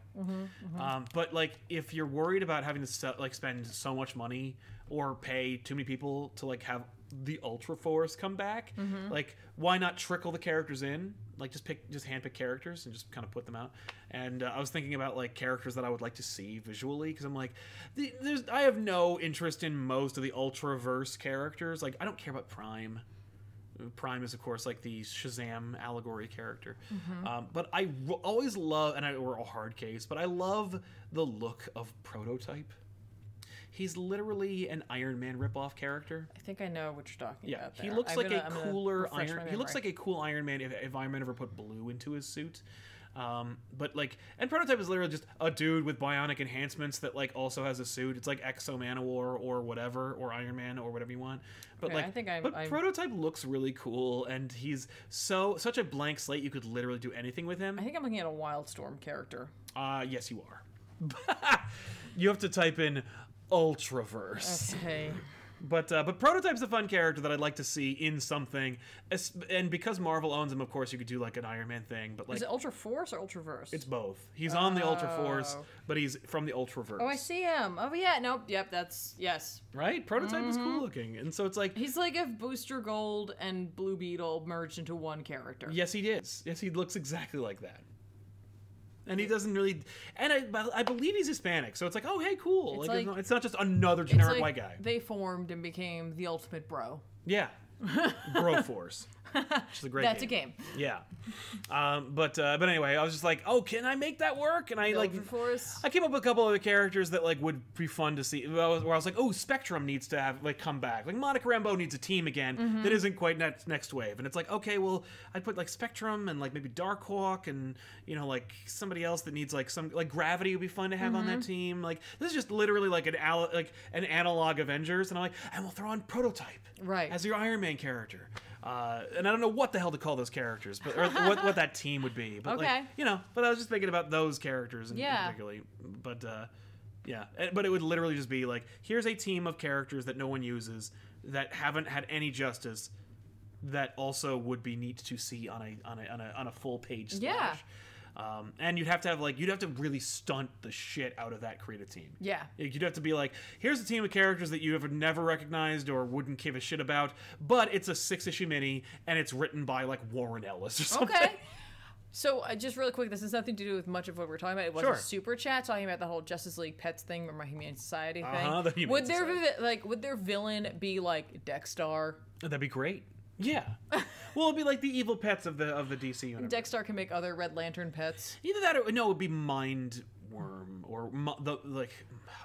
Speaker 1: Um, but like if you're worried about having to se- like spend so much money or pay too many people to like have the Ultra Force come back, like why not trickle the characters in? Like just pick just handpick characters and just kind of put them out. And uh, I was thinking about like characters that I would like to see visually because I'm like, the, there's I have no interest in most of the Ultraverse characters. Like I don't care about Prime. Prime is, of course, like the Shazam allegory character. Um, but I w- always love, and I, we're a hard case, but I love the look of Prototype. He's literally an Iron Man ripoff character.
Speaker 4: I think I know what you're talking
Speaker 1: Yeah,
Speaker 4: about.
Speaker 1: he
Speaker 4: there.
Speaker 1: looks
Speaker 4: I'm
Speaker 1: like
Speaker 4: gonna- I'm
Speaker 1: a
Speaker 4: gonna
Speaker 1: cooler
Speaker 4: refresh my
Speaker 1: Iron. He looks like
Speaker 4: memory.
Speaker 1: a cool Iron Man if, if Iron Man ever put blue into his suit. Um, but like, and Prototype is literally just a dude with bionic enhancements that like also has a suit. It's like Exo Manowar or whatever, or Iron Man or whatever you want. But
Speaker 4: Okay,
Speaker 1: like,
Speaker 4: I think I'm-
Speaker 1: but
Speaker 4: I'm-
Speaker 1: Prototype looks really cool, and he's so such a blank slate. You could literally do anything with him.
Speaker 4: I think I'm looking at a Wildstorm character.
Speaker 1: Uh, yes, you are. you have to type in Ultraverse.
Speaker 4: Okay.
Speaker 1: But uh, but prototype's a fun character that I'd like to see in something, Es- and because Marvel owns him, of course you could do like an Iron Man thing. But like
Speaker 4: Is it Ultra Force or Ultraverse?
Speaker 1: it's both. He's on the Ultra Force,
Speaker 4: Oh.
Speaker 1: but he's from the Ultraverse.
Speaker 4: Oh, I see him. Oh, yeah. Nope. Yep. That's yes.
Speaker 1: Right? Prototype is
Speaker 4: Mm-hmm.
Speaker 1: cool looking, and so it's like
Speaker 4: He's like if Booster Gold and Blue Beetle merged into one character.
Speaker 1: yes, he is. Yes, he looks exactly like that. And he doesn't really, and I, but I believe he's Hispanic, so it's like, oh hey, cool. Like,
Speaker 4: It's
Speaker 1: It's,
Speaker 4: like-
Speaker 1: not, it's not just another
Speaker 4: It's
Speaker 1: generic
Speaker 4: like
Speaker 1: white guy.
Speaker 4: They formed and became the ultimate bro.
Speaker 1: yeah, Bro Force, which is a great.
Speaker 4: That's a game.
Speaker 1: Yeah. Um, but uh, but anyway, I was just like, oh, can I make that work? And I like.
Speaker 4: Ultra Force.
Speaker 1: I came up with a couple other characters that like would be fun to see. Where I was, where I was like, "Oh, Spectrum needs to have like come back. Like Monica Rambeau needs a team again
Speaker 4: Mm-hmm.
Speaker 1: that isn't quite next next wave." And it's like, okay, well, I'd put like Spectrum and like maybe Darkhawk and you know like somebody else that needs like some like Gravity would be fun to have on
Speaker 4: Mm-hmm.
Speaker 1: that team. Like this is just literally like an al- like an analog Avengers, and I'm like, and we'll throw on Prototype
Speaker 4: Right.
Speaker 1: as your Iron Man character. Uh, and I don't know what the hell to call those characters, but or what, what that team would be. But like,
Speaker 4: Okay.
Speaker 1: you know, but I was just thinking about those characters in, in
Speaker 4: Yeah.
Speaker 1: particularly. But uh, yeah, And- but it would literally just be like, here's a team of characters that no one uses that haven't had any justice that also would be neat to see on a on a on a, on a full page
Speaker 4: Yeah.
Speaker 1: splash. Um, and you'd have to have like you'd have to really stunt the shit out of that creative team.
Speaker 4: Yeah.
Speaker 1: Like, You'd have to be like, here's a team of characters that you have never recognized or wouldn't give a shit about, but it's a six issue mini and it's written by like Warren Ellis or something.
Speaker 4: Okay. So uh, just really quick, this has nothing to do with much of what we're talking about. It was
Speaker 1: Sure.
Speaker 4: a super chat talking about the whole Justice League pets thing or my Humane Society thing.
Speaker 1: Uh-huh, the Humane
Speaker 4: would their
Speaker 1: Society.
Speaker 4: vi- like would their villain be like Dexstar?
Speaker 1: That'd be great. Yeah. well, it'd be like the evil pets of the of the DC universe.
Speaker 4: Dexstar can make other Red Lantern pets.
Speaker 1: Either that or no, it would be Mind Worm or mi- the like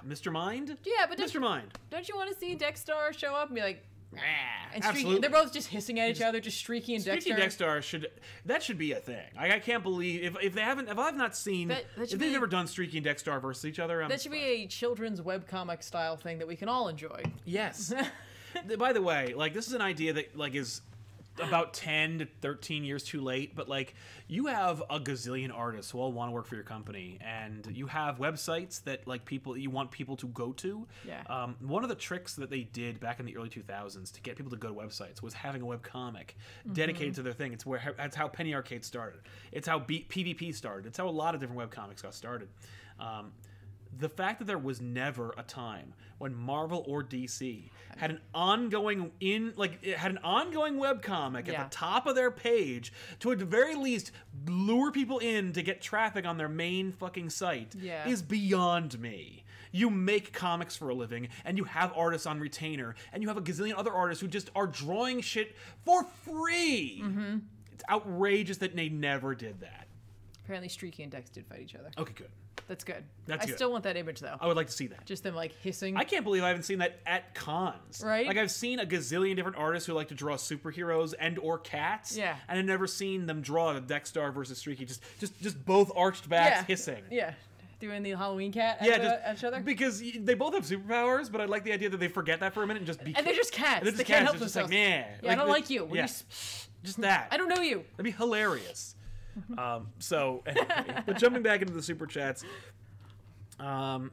Speaker 1: Mr. Mind.
Speaker 4: Yeah, but
Speaker 1: Mr.
Speaker 4: don't,
Speaker 1: Mind.
Speaker 4: don't you want to see Dexstar show up and be like? "Rah," And
Speaker 1: Absolutely.
Speaker 4: Streaky, they're both just hissing at each other, just Streaky and
Speaker 1: Streaky
Speaker 4: Dexter.
Speaker 1: Dexter should that should be a thing. I, I can't believe if, if they haven't if I've not seen
Speaker 4: That- that
Speaker 1: if
Speaker 4: should
Speaker 1: they've
Speaker 4: be-
Speaker 1: never done Streaky and Dexter versus each other. I'm
Speaker 4: That should be a children's webcomic style thing that we can all enjoy.
Speaker 1: Yes. Th- By the way, like this is an idea that like is about 10 to 13 years too late but like you have a gazillion artists who all want to work for your company and you have websites that like people you want people to go to
Speaker 4: Yeah.
Speaker 1: um, one of the tricks that they did back in the early 2000s to get people to go to websites was having a webcomic dedicated to their thing it's where that's how penny arcade started it's how B- pvp started it's how a lot of different webcomics got started um, the fact that there was never a time when Marvel or DC had an ongoing in like it had an ongoing webcomic
Speaker 4: Yeah.
Speaker 1: at the top of their page to at the very least lure people in to get traffic on their main fucking site
Speaker 4: Yeah.
Speaker 1: is beyond me. You make comics for a living, and you have artists on retainer, and you have a gazillion other artists who just are drawing shit for free.
Speaker 4: Mm-hmm.
Speaker 1: It's outrageous that they never did that.
Speaker 4: Apparently, Streaky and Dex did fight each other.
Speaker 1: Okay, good.
Speaker 4: That's good.
Speaker 1: Oh. That's
Speaker 4: I
Speaker 1: good.
Speaker 4: still want that image though.
Speaker 1: I would like to see that.
Speaker 4: Just them like hissing.
Speaker 1: I can't believe I haven't seen that at cons.
Speaker 4: Right?
Speaker 1: Like I've seen a gazillion different artists who like to draw superheroes and or cats.
Speaker 4: Yeah.
Speaker 1: And I've never seen them draw the Dexstar versus Streaky. Just just just both arched backs
Speaker 4: Yeah.
Speaker 1: hissing.
Speaker 4: Yeah, doing the Halloween cat at,
Speaker 1: Yeah,
Speaker 4: the-
Speaker 1: just
Speaker 4: at each other.
Speaker 1: because y- they both have superpowers, but I like the idea that they forget that for a minute and just be.
Speaker 4: and they're just cats.
Speaker 1: They're just
Speaker 4: they
Speaker 1: cats.
Speaker 4: can't help
Speaker 1: It's just
Speaker 4: themselves.
Speaker 1: like, man,
Speaker 4: yeah, I don't
Speaker 1: they-
Speaker 4: like you. When you
Speaker 1: yeah,
Speaker 4: s-
Speaker 1: just that.
Speaker 4: I don't know you.
Speaker 1: That'd be hilarious. um, so, anyway, but jumping back into the super chats. Um,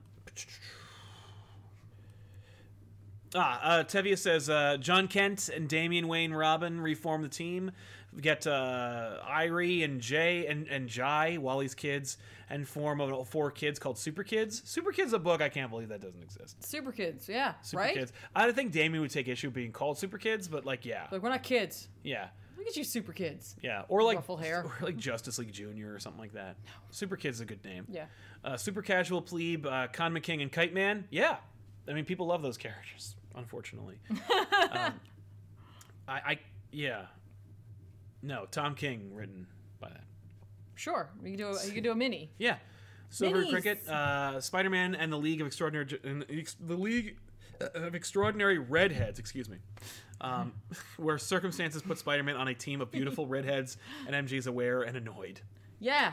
Speaker 1: ah, uh, Tevia says uh, John Kent and Damian Wayne Robin reform the team. We get uh, Irie and Jay and, and Jai, Wally's kids, and form of four kids called Super Kids. Super Kids, a book I can't believe that doesn't exist.
Speaker 4: Super kids. Yeah.
Speaker 1: Super
Speaker 4: right.
Speaker 1: Kids. I think Damien would take issue with being called Super Kids, but like, yeah,
Speaker 4: Like we're not kids.
Speaker 1: yeah.
Speaker 4: Look at you, super kids.
Speaker 1: Yeah, or like
Speaker 4: Ruffle hair.
Speaker 1: or like Justice League Junior or something like that. Super Kid's a good name.
Speaker 4: Yeah.
Speaker 1: Uh, Super Casual Plebe, uh, Con McKing, and Kite Man. Yeah, I mean people love those characters. Unfortunately, um, I, I yeah, no Tom King written by that.
Speaker 4: Sure. You can do. A, you can do a mini.
Speaker 1: Yeah, Silver
Speaker 4: Minis.
Speaker 1: Cricket, uh, Spider Man, and the League of Extraordinary and the ex- the League uh, of Extraordinary Redheads. Excuse me. Um, where circumstances put Spider-Man on a team of beautiful redheads, and MG's aware and annoyed.
Speaker 4: Yeah.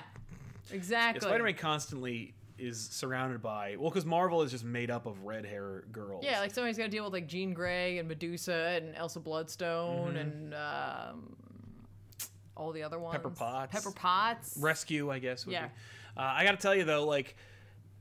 Speaker 4: Exactly.
Speaker 1: Yeah, Spider-Man constantly is surrounded by well, because Marvel is just made up of red hair girls.
Speaker 4: Yeah, like somebody's got to deal with like Jean Grey and Medusa and Elsa
Speaker 1: Mm-hmm.
Speaker 4: Bloodstone and um, all the other ones.
Speaker 1: Pepper Potts.
Speaker 4: Pepper Potts.
Speaker 1: Rescue, I guess. Would
Speaker 4: Yeah.
Speaker 1: Be. Uh, I got to tell you though, like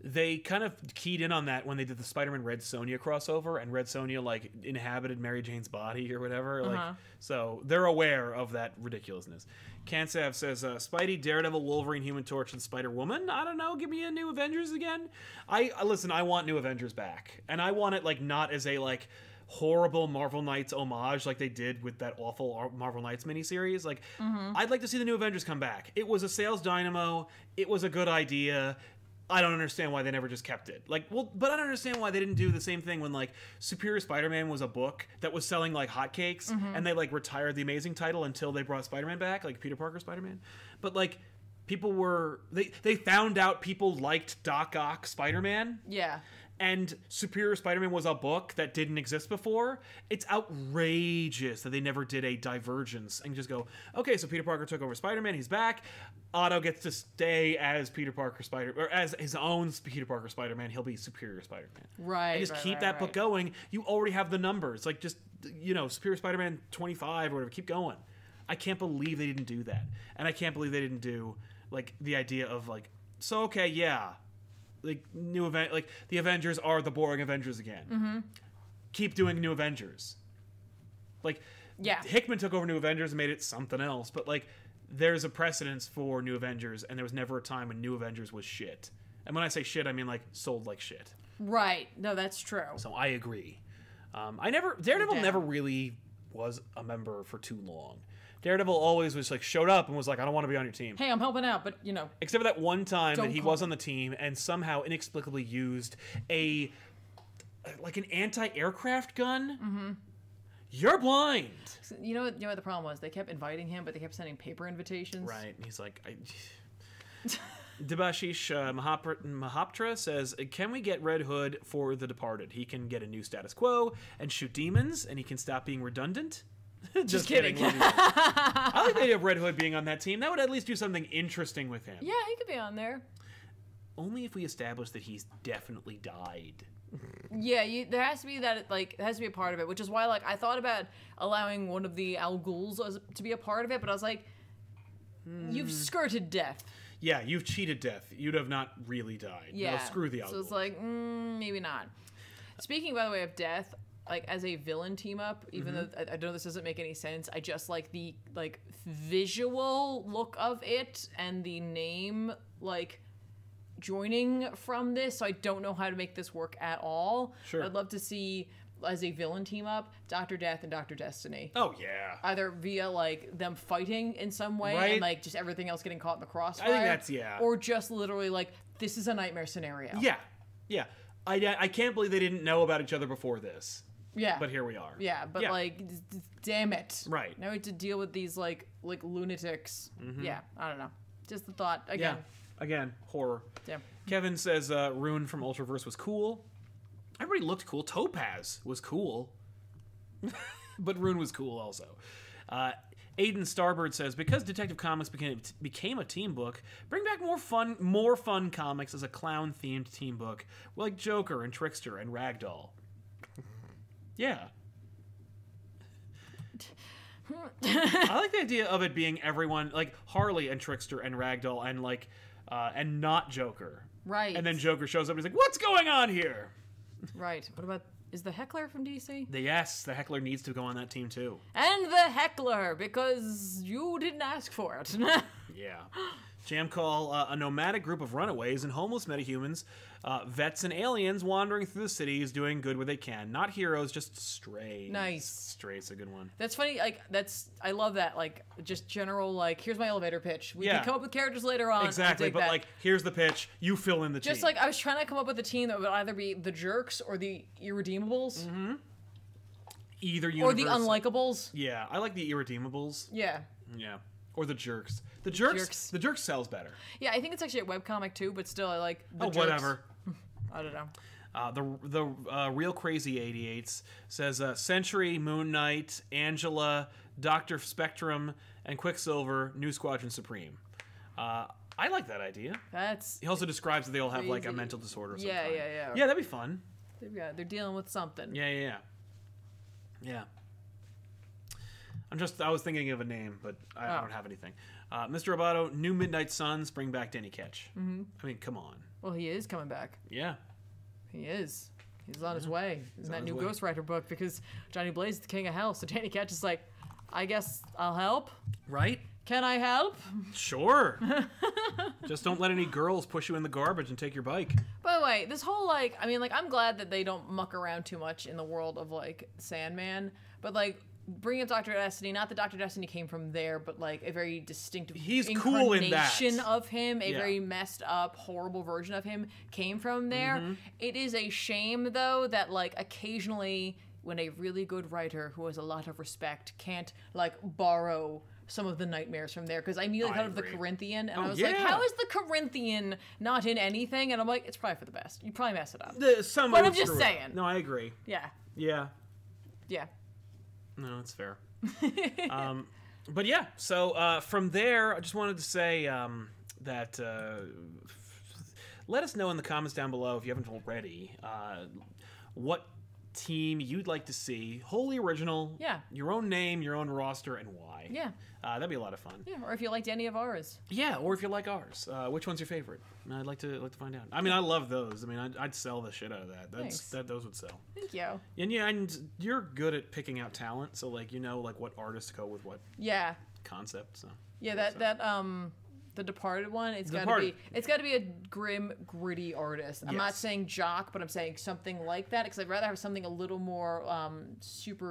Speaker 1: they kind of keyed in on that when they did the Spider-Man Red Sonia crossover, and Red Sonia like inhabited Mary Jane's body or whatever. Like,
Speaker 4: Uh-huh.
Speaker 1: so they're aware of that ridiculousness. Kansav says, uh, "Spidey, Daredevil, Wolverine, Human Torch, and Spider Woman. I don't know. Give me a new Avengers again. I I- listen. I want new Avengers back, and I want it like not as a like." horrible Marvel Knights homage like they did with that awful Ar- Marvel Knights miniseries. Like, I'd like to see the new Avengers come back. It was a sales dynamo. It was a good idea. I don't understand why they never just kept it. Like, well, but I don't understand why they didn't do the same thing when like Superior Spider-Man was a book that was selling like hotcakes, and they like retired the Amazing title until they brought Spider-Man back, like Peter Parker Spider-Man. But like, people were they they found out people liked Doc Ock Spider-Man,
Speaker 4: Yeah.
Speaker 1: and Superior Spider-Man was a book that didn't exist before. It's outrageous that they never did a divergence and just go, okay, so Peter Parker took over Spider-Man, he's back. Otto gets to stay as Peter Parker Spider or as his own Peter Parker Spider-Man. He'll be Superior Spider-Man.
Speaker 4: Right.
Speaker 1: And just
Speaker 4: right,
Speaker 1: keep
Speaker 4: right,
Speaker 1: that
Speaker 4: right.
Speaker 1: book going. You already have the numbers. Like just you know, Superior Spider-Man 25 or whatever. Keep going. I can't believe they didn't do that, and I can't believe they didn't do like the idea of like so okay yeah, like new event like the Avengers are the boring Avengers again.
Speaker 4: Mm-hmm.
Speaker 1: Keep doing new Avengers. Like
Speaker 4: Yeah.
Speaker 1: Hickman took over New Avengers and made it something else, but like there's a precedence for New Avengers, and there was never a time when New Avengers was shit. And when I say shit, I mean like sold like shit.
Speaker 4: Right. No, that's true.
Speaker 1: So I agree. Um, I never Daredevil
Speaker 4: down.
Speaker 1: never really was a member for too long. Daredevil always was like showed up and was like, I don't want to be on your team.
Speaker 4: Hey, I'm helping out, but you know,
Speaker 1: Except for that one time
Speaker 4: Don't
Speaker 1: that he
Speaker 4: call
Speaker 1: was on the team and somehow inexplicably used a like an anti-aircraft gun. Mm-hmm. You're blind,
Speaker 4: you know, what- you know what the problem was? They kept inviting him, but they kept sending paper invitations.
Speaker 1: right? And he's like, I. Debashish uh, Mahap- Mahaptra says, "Can we get Red Hood for The Departed? He can get a new status quo and shoot demons, and he can stop being redundant." Just,
Speaker 4: kidding.
Speaker 1: love you. I like the idea of Red Hood being on that team. That would at least do something interesting with him.
Speaker 4: Yeah, he could be on there.
Speaker 1: Only if we establish that he's definitely died.
Speaker 4: Yeah, you, there has to be that like it has to be a part of it, which is why like I thought about allowing one of the Al Ghuls as, to be a part of it, but I was like, "Hmm, you've skirted death.
Speaker 1: Yeah, you've cheated death. You'd have not really died.
Speaker 4: Yeah,
Speaker 1: No, screw the
Speaker 4: So
Speaker 1: algorithm.
Speaker 4: it's like mm, maybe not. Speaking by the way of death, like as a villain team up, even though
Speaker 1: Mm-hmm.
Speaker 4: I, I know this doesn't make any sense, I just like the like visual look of it and the name like joining from this, so I don't know how to make this work at all.
Speaker 1: Sure.
Speaker 4: I'd love to see as a villain team up Doctor Death and Doctor Destiny.
Speaker 1: Oh yeah.
Speaker 4: Either via like them fighting in some way
Speaker 1: Right.
Speaker 4: and like just everything else getting caught in the crossfire.
Speaker 1: that's- yeah.
Speaker 4: Or just literally like this is a nightmare scenario.
Speaker 1: Yeah. Yeah. I, I can't believe they didn't know about each other before this,
Speaker 4: Yeah.
Speaker 1: but here we are.
Speaker 4: Yeah, but like, d- d- damn it.
Speaker 1: Right. Mm-hmm.
Speaker 4: Now we have to deal with these like like lunatics. Yeah, I don't know. Just the thought
Speaker 1: Yeah.
Speaker 4: again.
Speaker 1: Again, horror.
Speaker 4: Damn.
Speaker 1: Kevin says uh, Rune from Ultraverse was cool. Everybody looked cool. Topaz was cool. but Rune was cool also. Uh, Aiden Starbird says because Detective Comics became became a team book, bring back more fun more fun comics as a clown themed team book like Joker and Trickster and Ragdoll. Yeah. I like the idea of it being everyone like Harley and Trickster and Ragdoll and like uh, and not Joker.
Speaker 4: Right.
Speaker 1: And then Joker shows up and he's like, "What's going on here?"
Speaker 4: right. What about is the heckler from DC?
Speaker 1: The yes, the heckler needs to go on that team too.
Speaker 4: And the heckler because you didn't ask for it.
Speaker 1: Yeah. Jam call uh, a nomadic group of runaways and homeless metahumans, uh, vets and aliens wandering through the cities doing good where they can. Not heroes, just strays.
Speaker 4: Nice.
Speaker 1: Strays a good one.
Speaker 4: that's funny. Like that's I love that. Like just general like here's my elevator pitch. We
Speaker 1: Yeah.
Speaker 4: can come up with characters later on. I
Speaker 1: Exactly,
Speaker 4: dig
Speaker 1: but
Speaker 4: that.
Speaker 1: like here's the pitch. You fill in the
Speaker 4: Just
Speaker 1: team.
Speaker 4: like I was trying to come up with a team that would either be the jerks or the irredeemables
Speaker 1: Mm-hmm. either
Speaker 4: or the
Speaker 1: universe-
Speaker 4: unlikables.
Speaker 1: Yeah, I like the irredeemables.
Speaker 4: Yeah.
Speaker 1: Yeah. Or the jerks. The jerks.
Speaker 4: jerks.
Speaker 1: The jerks sells better.
Speaker 4: Yeah, I think it's actually a webcomic too, but still I like the
Speaker 1: oh,
Speaker 4: jerks.
Speaker 1: whatever.
Speaker 4: I don't know.
Speaker 1: Uh, the the uh, real crazy 88s says uh, Century, Moon Knight, Angela, Doctor Spectrum, and Quicksilver, New Squadron Supreme. Uh, I like that idea.
Speaker 4: That's
Speaker 1: He also describes that they all have like a
Speaker 4: Crazy.
Speaker 1: mental disorder. Of
Speaker 4: Yeah,
Speaker 1: some kind.
Speaker 4: yeah, yeah.
Speaker 1: Yeah, that'd be fun.
Speaker 4: yeah, they're dealing with something.
Speaker 1: Yeah, yeah, yeah. Yeah. I'm just I was thinking of a name, but I
Speaker 4: Oh.
Speaker 1: don't have anything. Uh, Mr. Roboto, New Midnight Suns, bring back Danny Ketch. Mm-hmm. I mean, come on.
Speaker 4: Well, he is coming back.
Speaker 1: Yeah.
Speaker 4: He is. He's on his way. in that
Speaker 1: his
Speaker 4: new
Speaker 1: way.
Speaker 4: Ghost Rider book because Johnny Blaze is the king of hell. So Danny Ketch is like, I guess I'll help.
Speaker 1: Right?
Speaker 4: Can I help?
Speaker 1: Sure. Just don't let any girls push you in the garbage and take your bike.
Speaker 4: By the way, this whole like, I mean, like, I'm glad that they don't muck around too much in the world of like Sandman, but like. Bring up Doctor Destiny. Not that Doctor Destiny came from there, but like a very distinctive
Speaker 1: He's cool in that.
Speaker 4: incarnation of him, a
Speaker 1: Yeah.
Speaker 4: very messed up, horrible version of him came from there.
Speaker 1: Mm-hmm.
Speaker 4: It is a shame though that like occasionally when a really good writer who has a lot of respect can't like borrow some of the nightmares from there because I immediately
Speaker 1: I
Speaker 4: thought of the
Speaker 1: agree.
Speaker 4: Corinthian and I
Speaker 1: Oh,
Speaker 4: was like,
Speaker 1: yeah.
Speaker 4: how is the Corinthian not in anything? And I'm like, it's probably for the best. You probably mess it up.
Speaker 1: The, some
Speaker 4: But
Speaker 1: would
Speaker 4: I'm just
Speaker 1: screw it up.
Speaker 4: saying.
Speaker 1: No, I agree.
Speaker 4: Yeah,
Speaker 1: Yeah.
Speaker 4: yeah.
Speaker 1: No, it's fair. um, but yeah, so uh, from there, I just wanted to say um, that uh, f- let us know in the comments down below if you haven't already uh, what team you'd like to see wholly original.
Speaker 4: Yeah.
Speaker 1: Your own name, your own roster, and why.
Speaker 4: Yeah.
Speaker 1: Uh, that'd be a lot of fun.
Speaker 4: Yeah, or if you liked any of ours.
Speaker 1: Yeah, or if you like ours, uh, which one's your favorite? And I'd like to like to find out. I mean, I love those. I mean, I'd, I'd sell the shit out of that. That's
Speaker 4: Thanks.
Speaker 1: that those would sell.
Speaker 4: Thank you.
Speaker 1: And yeah, and you're good at picking out talent, so like you know like what artists go with what
Speaker 4: Yeah,
Speaker 1: concept. So
Speaker 4: yeah. That that um, the Departed one. It's got to be.
Speaker 1: Departed.
Speaker 4: It's got to be a grim, gritty artist. I'm not
Speaker 1: Yes.
Speaker 4: saying jock, but I'm saying something like that because I'd rather have something a little more um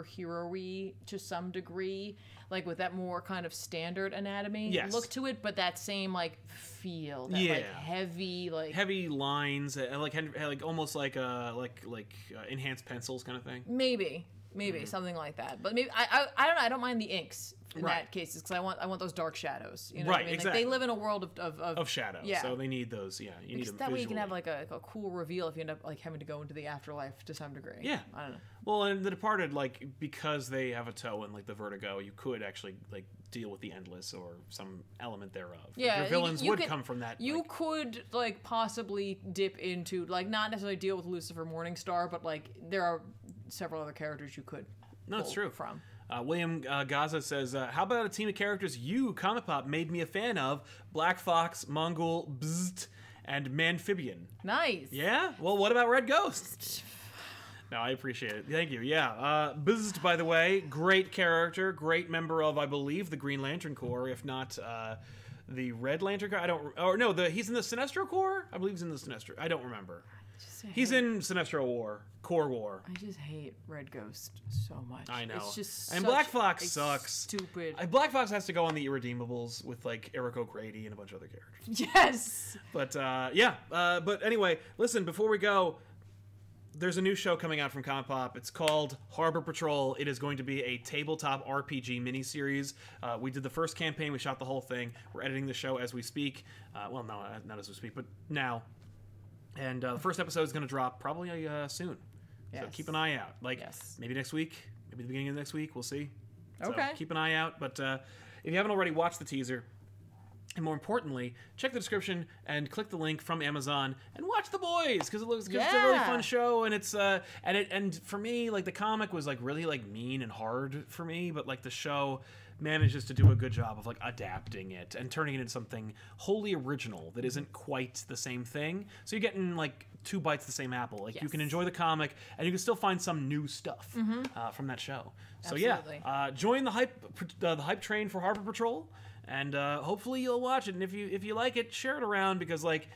Speaker 4: superhero-y to some degree, like with that more kind of standard anatomy
Speaker 1: Yes.
Speaker 4: look to it, but that same like feel, that like
Speaker 1: Yeah.
Speaker 4: heavy like.
Speaker 1: heavy lines, uh, like had- had, like almost like uh like like uh, enhanced pencils kind of thing.
Speaker 4: Maybe, maybe
Speaker 1: Mm-hmm.
Speaker 4: something like that. But maybe I, I, I don't know. I don't mind the inks in
Speaker 1: Right.
Speaker 4: that cases because I want, I want those dark shadows. You know what I
Speaker 1: Right,
Speaker 4: mean? Like,
Speaker 1: exactly.
Speaker 4: they live in a world of of, of,
Speaker 1: Of shadow,
Speaker 4: Yeah.
Speaker 1: so they need those. Yeah, you need
Speaker 4: because
Speaker 1: them.
Speaker 4: that way you can have
Speaker 1: visually.
Speaker 4: like a, a cool reveal if you end up like having to go into the afterlife to some degree.
Speaker 1: Yeah.
Speaker 4: I don't know.
Speaker 1: Well, and The Departed, like because they have a toe in like the Vertigo, you could actually like deal with the Endless or some element thereof. Like,
Speaker 4: Yeah,
Speaker 1: your
Speaker 4: you-
Speaker 1: villains
Speaker 4: you
Speaker 1: would
Speaker 4: could-
Speaker 1: come from that.
Speaker 4: You
Speaker 1: like-
Speaker 4: could like possibly dip into like not necessarily deal with Lucifer Morningstar, but like there are several other characters you could.
Speaker 1: No, it's
Speaker 4: pull
Speaker 1: true.
Speaker 4: From
Speaker 1: Uh, William uh, Gaza says, uh, "How about a team of characters you, Comic Pop, made me a fan of? Black Fox, Mongol, Bzt, and Manphibian.
Speaker 4: nice.
Speaker 1: Yeah. Well, what about Red Ghost? No, I appreciate it. Thank you. Yeah. Uh, Bzt, by the way, great character, great member of, I believe, the Green Lantern Corps, if not uh, the Red Lantern guy. I don't. Or no, the he's in the Sinestro Corps. I believe he's in the Sinestro. I don't remember.
Speaker 4: Just
Speaker 1: He's
Speaker 4: hate-
Speaker 1: in Sinestro War, Core War.
Speaker 4: I just hate Red Ghost so much.
Speaker 1: I know.
Speaker 4: It's just
Speaker 1: and
Speaker 4: such
Speaker 1: Black Fox
Speaker 4: a
Speaker 1: sucks.
Speaker 4: Stupid.
Speaker 1: I, Black Fox has to go on the irredeemables with like Eric O'Grady and a bunch of other characters.
Speaker 4: Yes.
Speaker 1: But uh, yeah. Uh, but anyway, listen. Before we go, there's a new show coming out from Comic Pop. It's called Harbor Patrol. It is going to be a tabletop RPG miniseries. Uh, we did the first campaign. We shot the whole thing. We're editing the show as we speak. Uh, well, no, uh, not as we speak, but now. And uh, the first episode is going to drop probably uh, soon. So
Speaker 4: Yes.
Speaker 1: keep an eye out. Like
Speaker 4: Yes.
Speaker 1: maybe next week, maybe the beginning of next week. We'll see. So
Speaker 4: Okay.
Speaker 1: Keep an eye out. But uh, if you haven't already watched the teaser, and more importantly, check the description and click the link from Amazon and watch the boys because it looks cause it's a really
Speaker 4: Yeah.
Speaker 1: fun show and it's uh and it and for me like the comic was like really like mean and hard for me but like the show manages to do a good job of like adapting it and turning it into something wholly original that isn't quite the same thing so you're getting like two bites of the same apple like you can
Speaker 4: Yes. Mm-hmm.
Speaker 1: enjoy the comic and you can still find some new stuff uh, from that show so yeah
Speaker 4: Absolutely.
Speaker 1: uh, join the hype uh, the hype train for Harbor Patrol, and uh, hopefully you'll watch it. And if you if you like it, share it around because like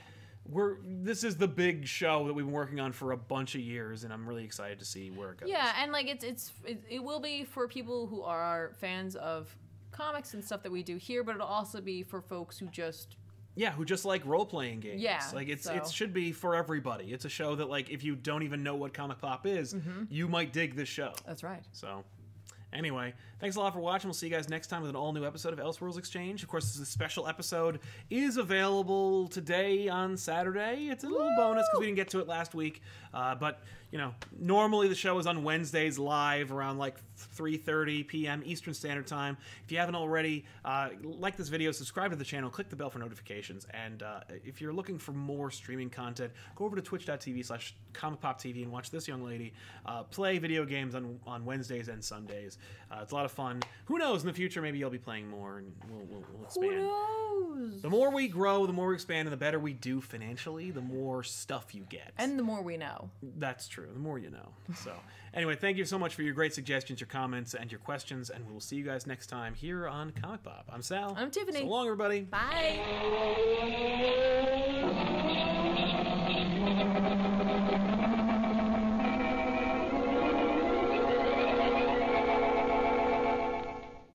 Speaker 1: we're this is the big show that we've been working on for a bunch of years, and I'm really excited to see where it goes.
Speaker 4: Yeah, and like it's it's it, it will be for people who are fans of comics and stuff that we do here, but it'll also be for folks who just
Speaker 1: yeah, who just like role playing games.
Speaker 4: Yeah,
Speaker 1: like it's
Speaker 4: so-
Speaker 1: it should be for everybody. It's a show that like if you don't even know what comic pop is,
Speaker 4: Mm-hmm.
Speaker 1: you might dig this show.
Speaker 4: That's right.
Speaker 1: So, anyway, thanks a lot for watching. We'll see you guys next time with an all new episode of Elseworlds Exchange. Of course, this special episode is available today on Saturday. It's a little bonus because we didn't get to it last week. Uh, but you know, normally the show is on Wednesdays live around like 3:30 p.m. Eastern Standard Time. If you haven't already, uh, like this video, subscribe to the channel, click the bell for notifications, and uh, if you're looking for more streaming content, go over to twitch.tv slash comicpoptv and watch this young lady uh, play video games on, on Wednesdays and Sundays. Uh, it's a lot of fun. Who knows, in the future, maybe you'll be playing more and we'll, we'll, we'll expand.
Speaker 4: Who knows?
Speaker 1: The more we grow, the more we expand, and the better we do financially, the more stuff you get.
Speaker 4: And the more we know.
Speaker 1: That's true. The more you know. So, anyway, thank you so much for your great suggestions, your comments, and your questions, and we'll see you guys next time here on Comic Bob. I'm Sal.
Speaker 4: I'm Tiffany.
Speaker 1: So long, everybody.
Speaker 4: Bye.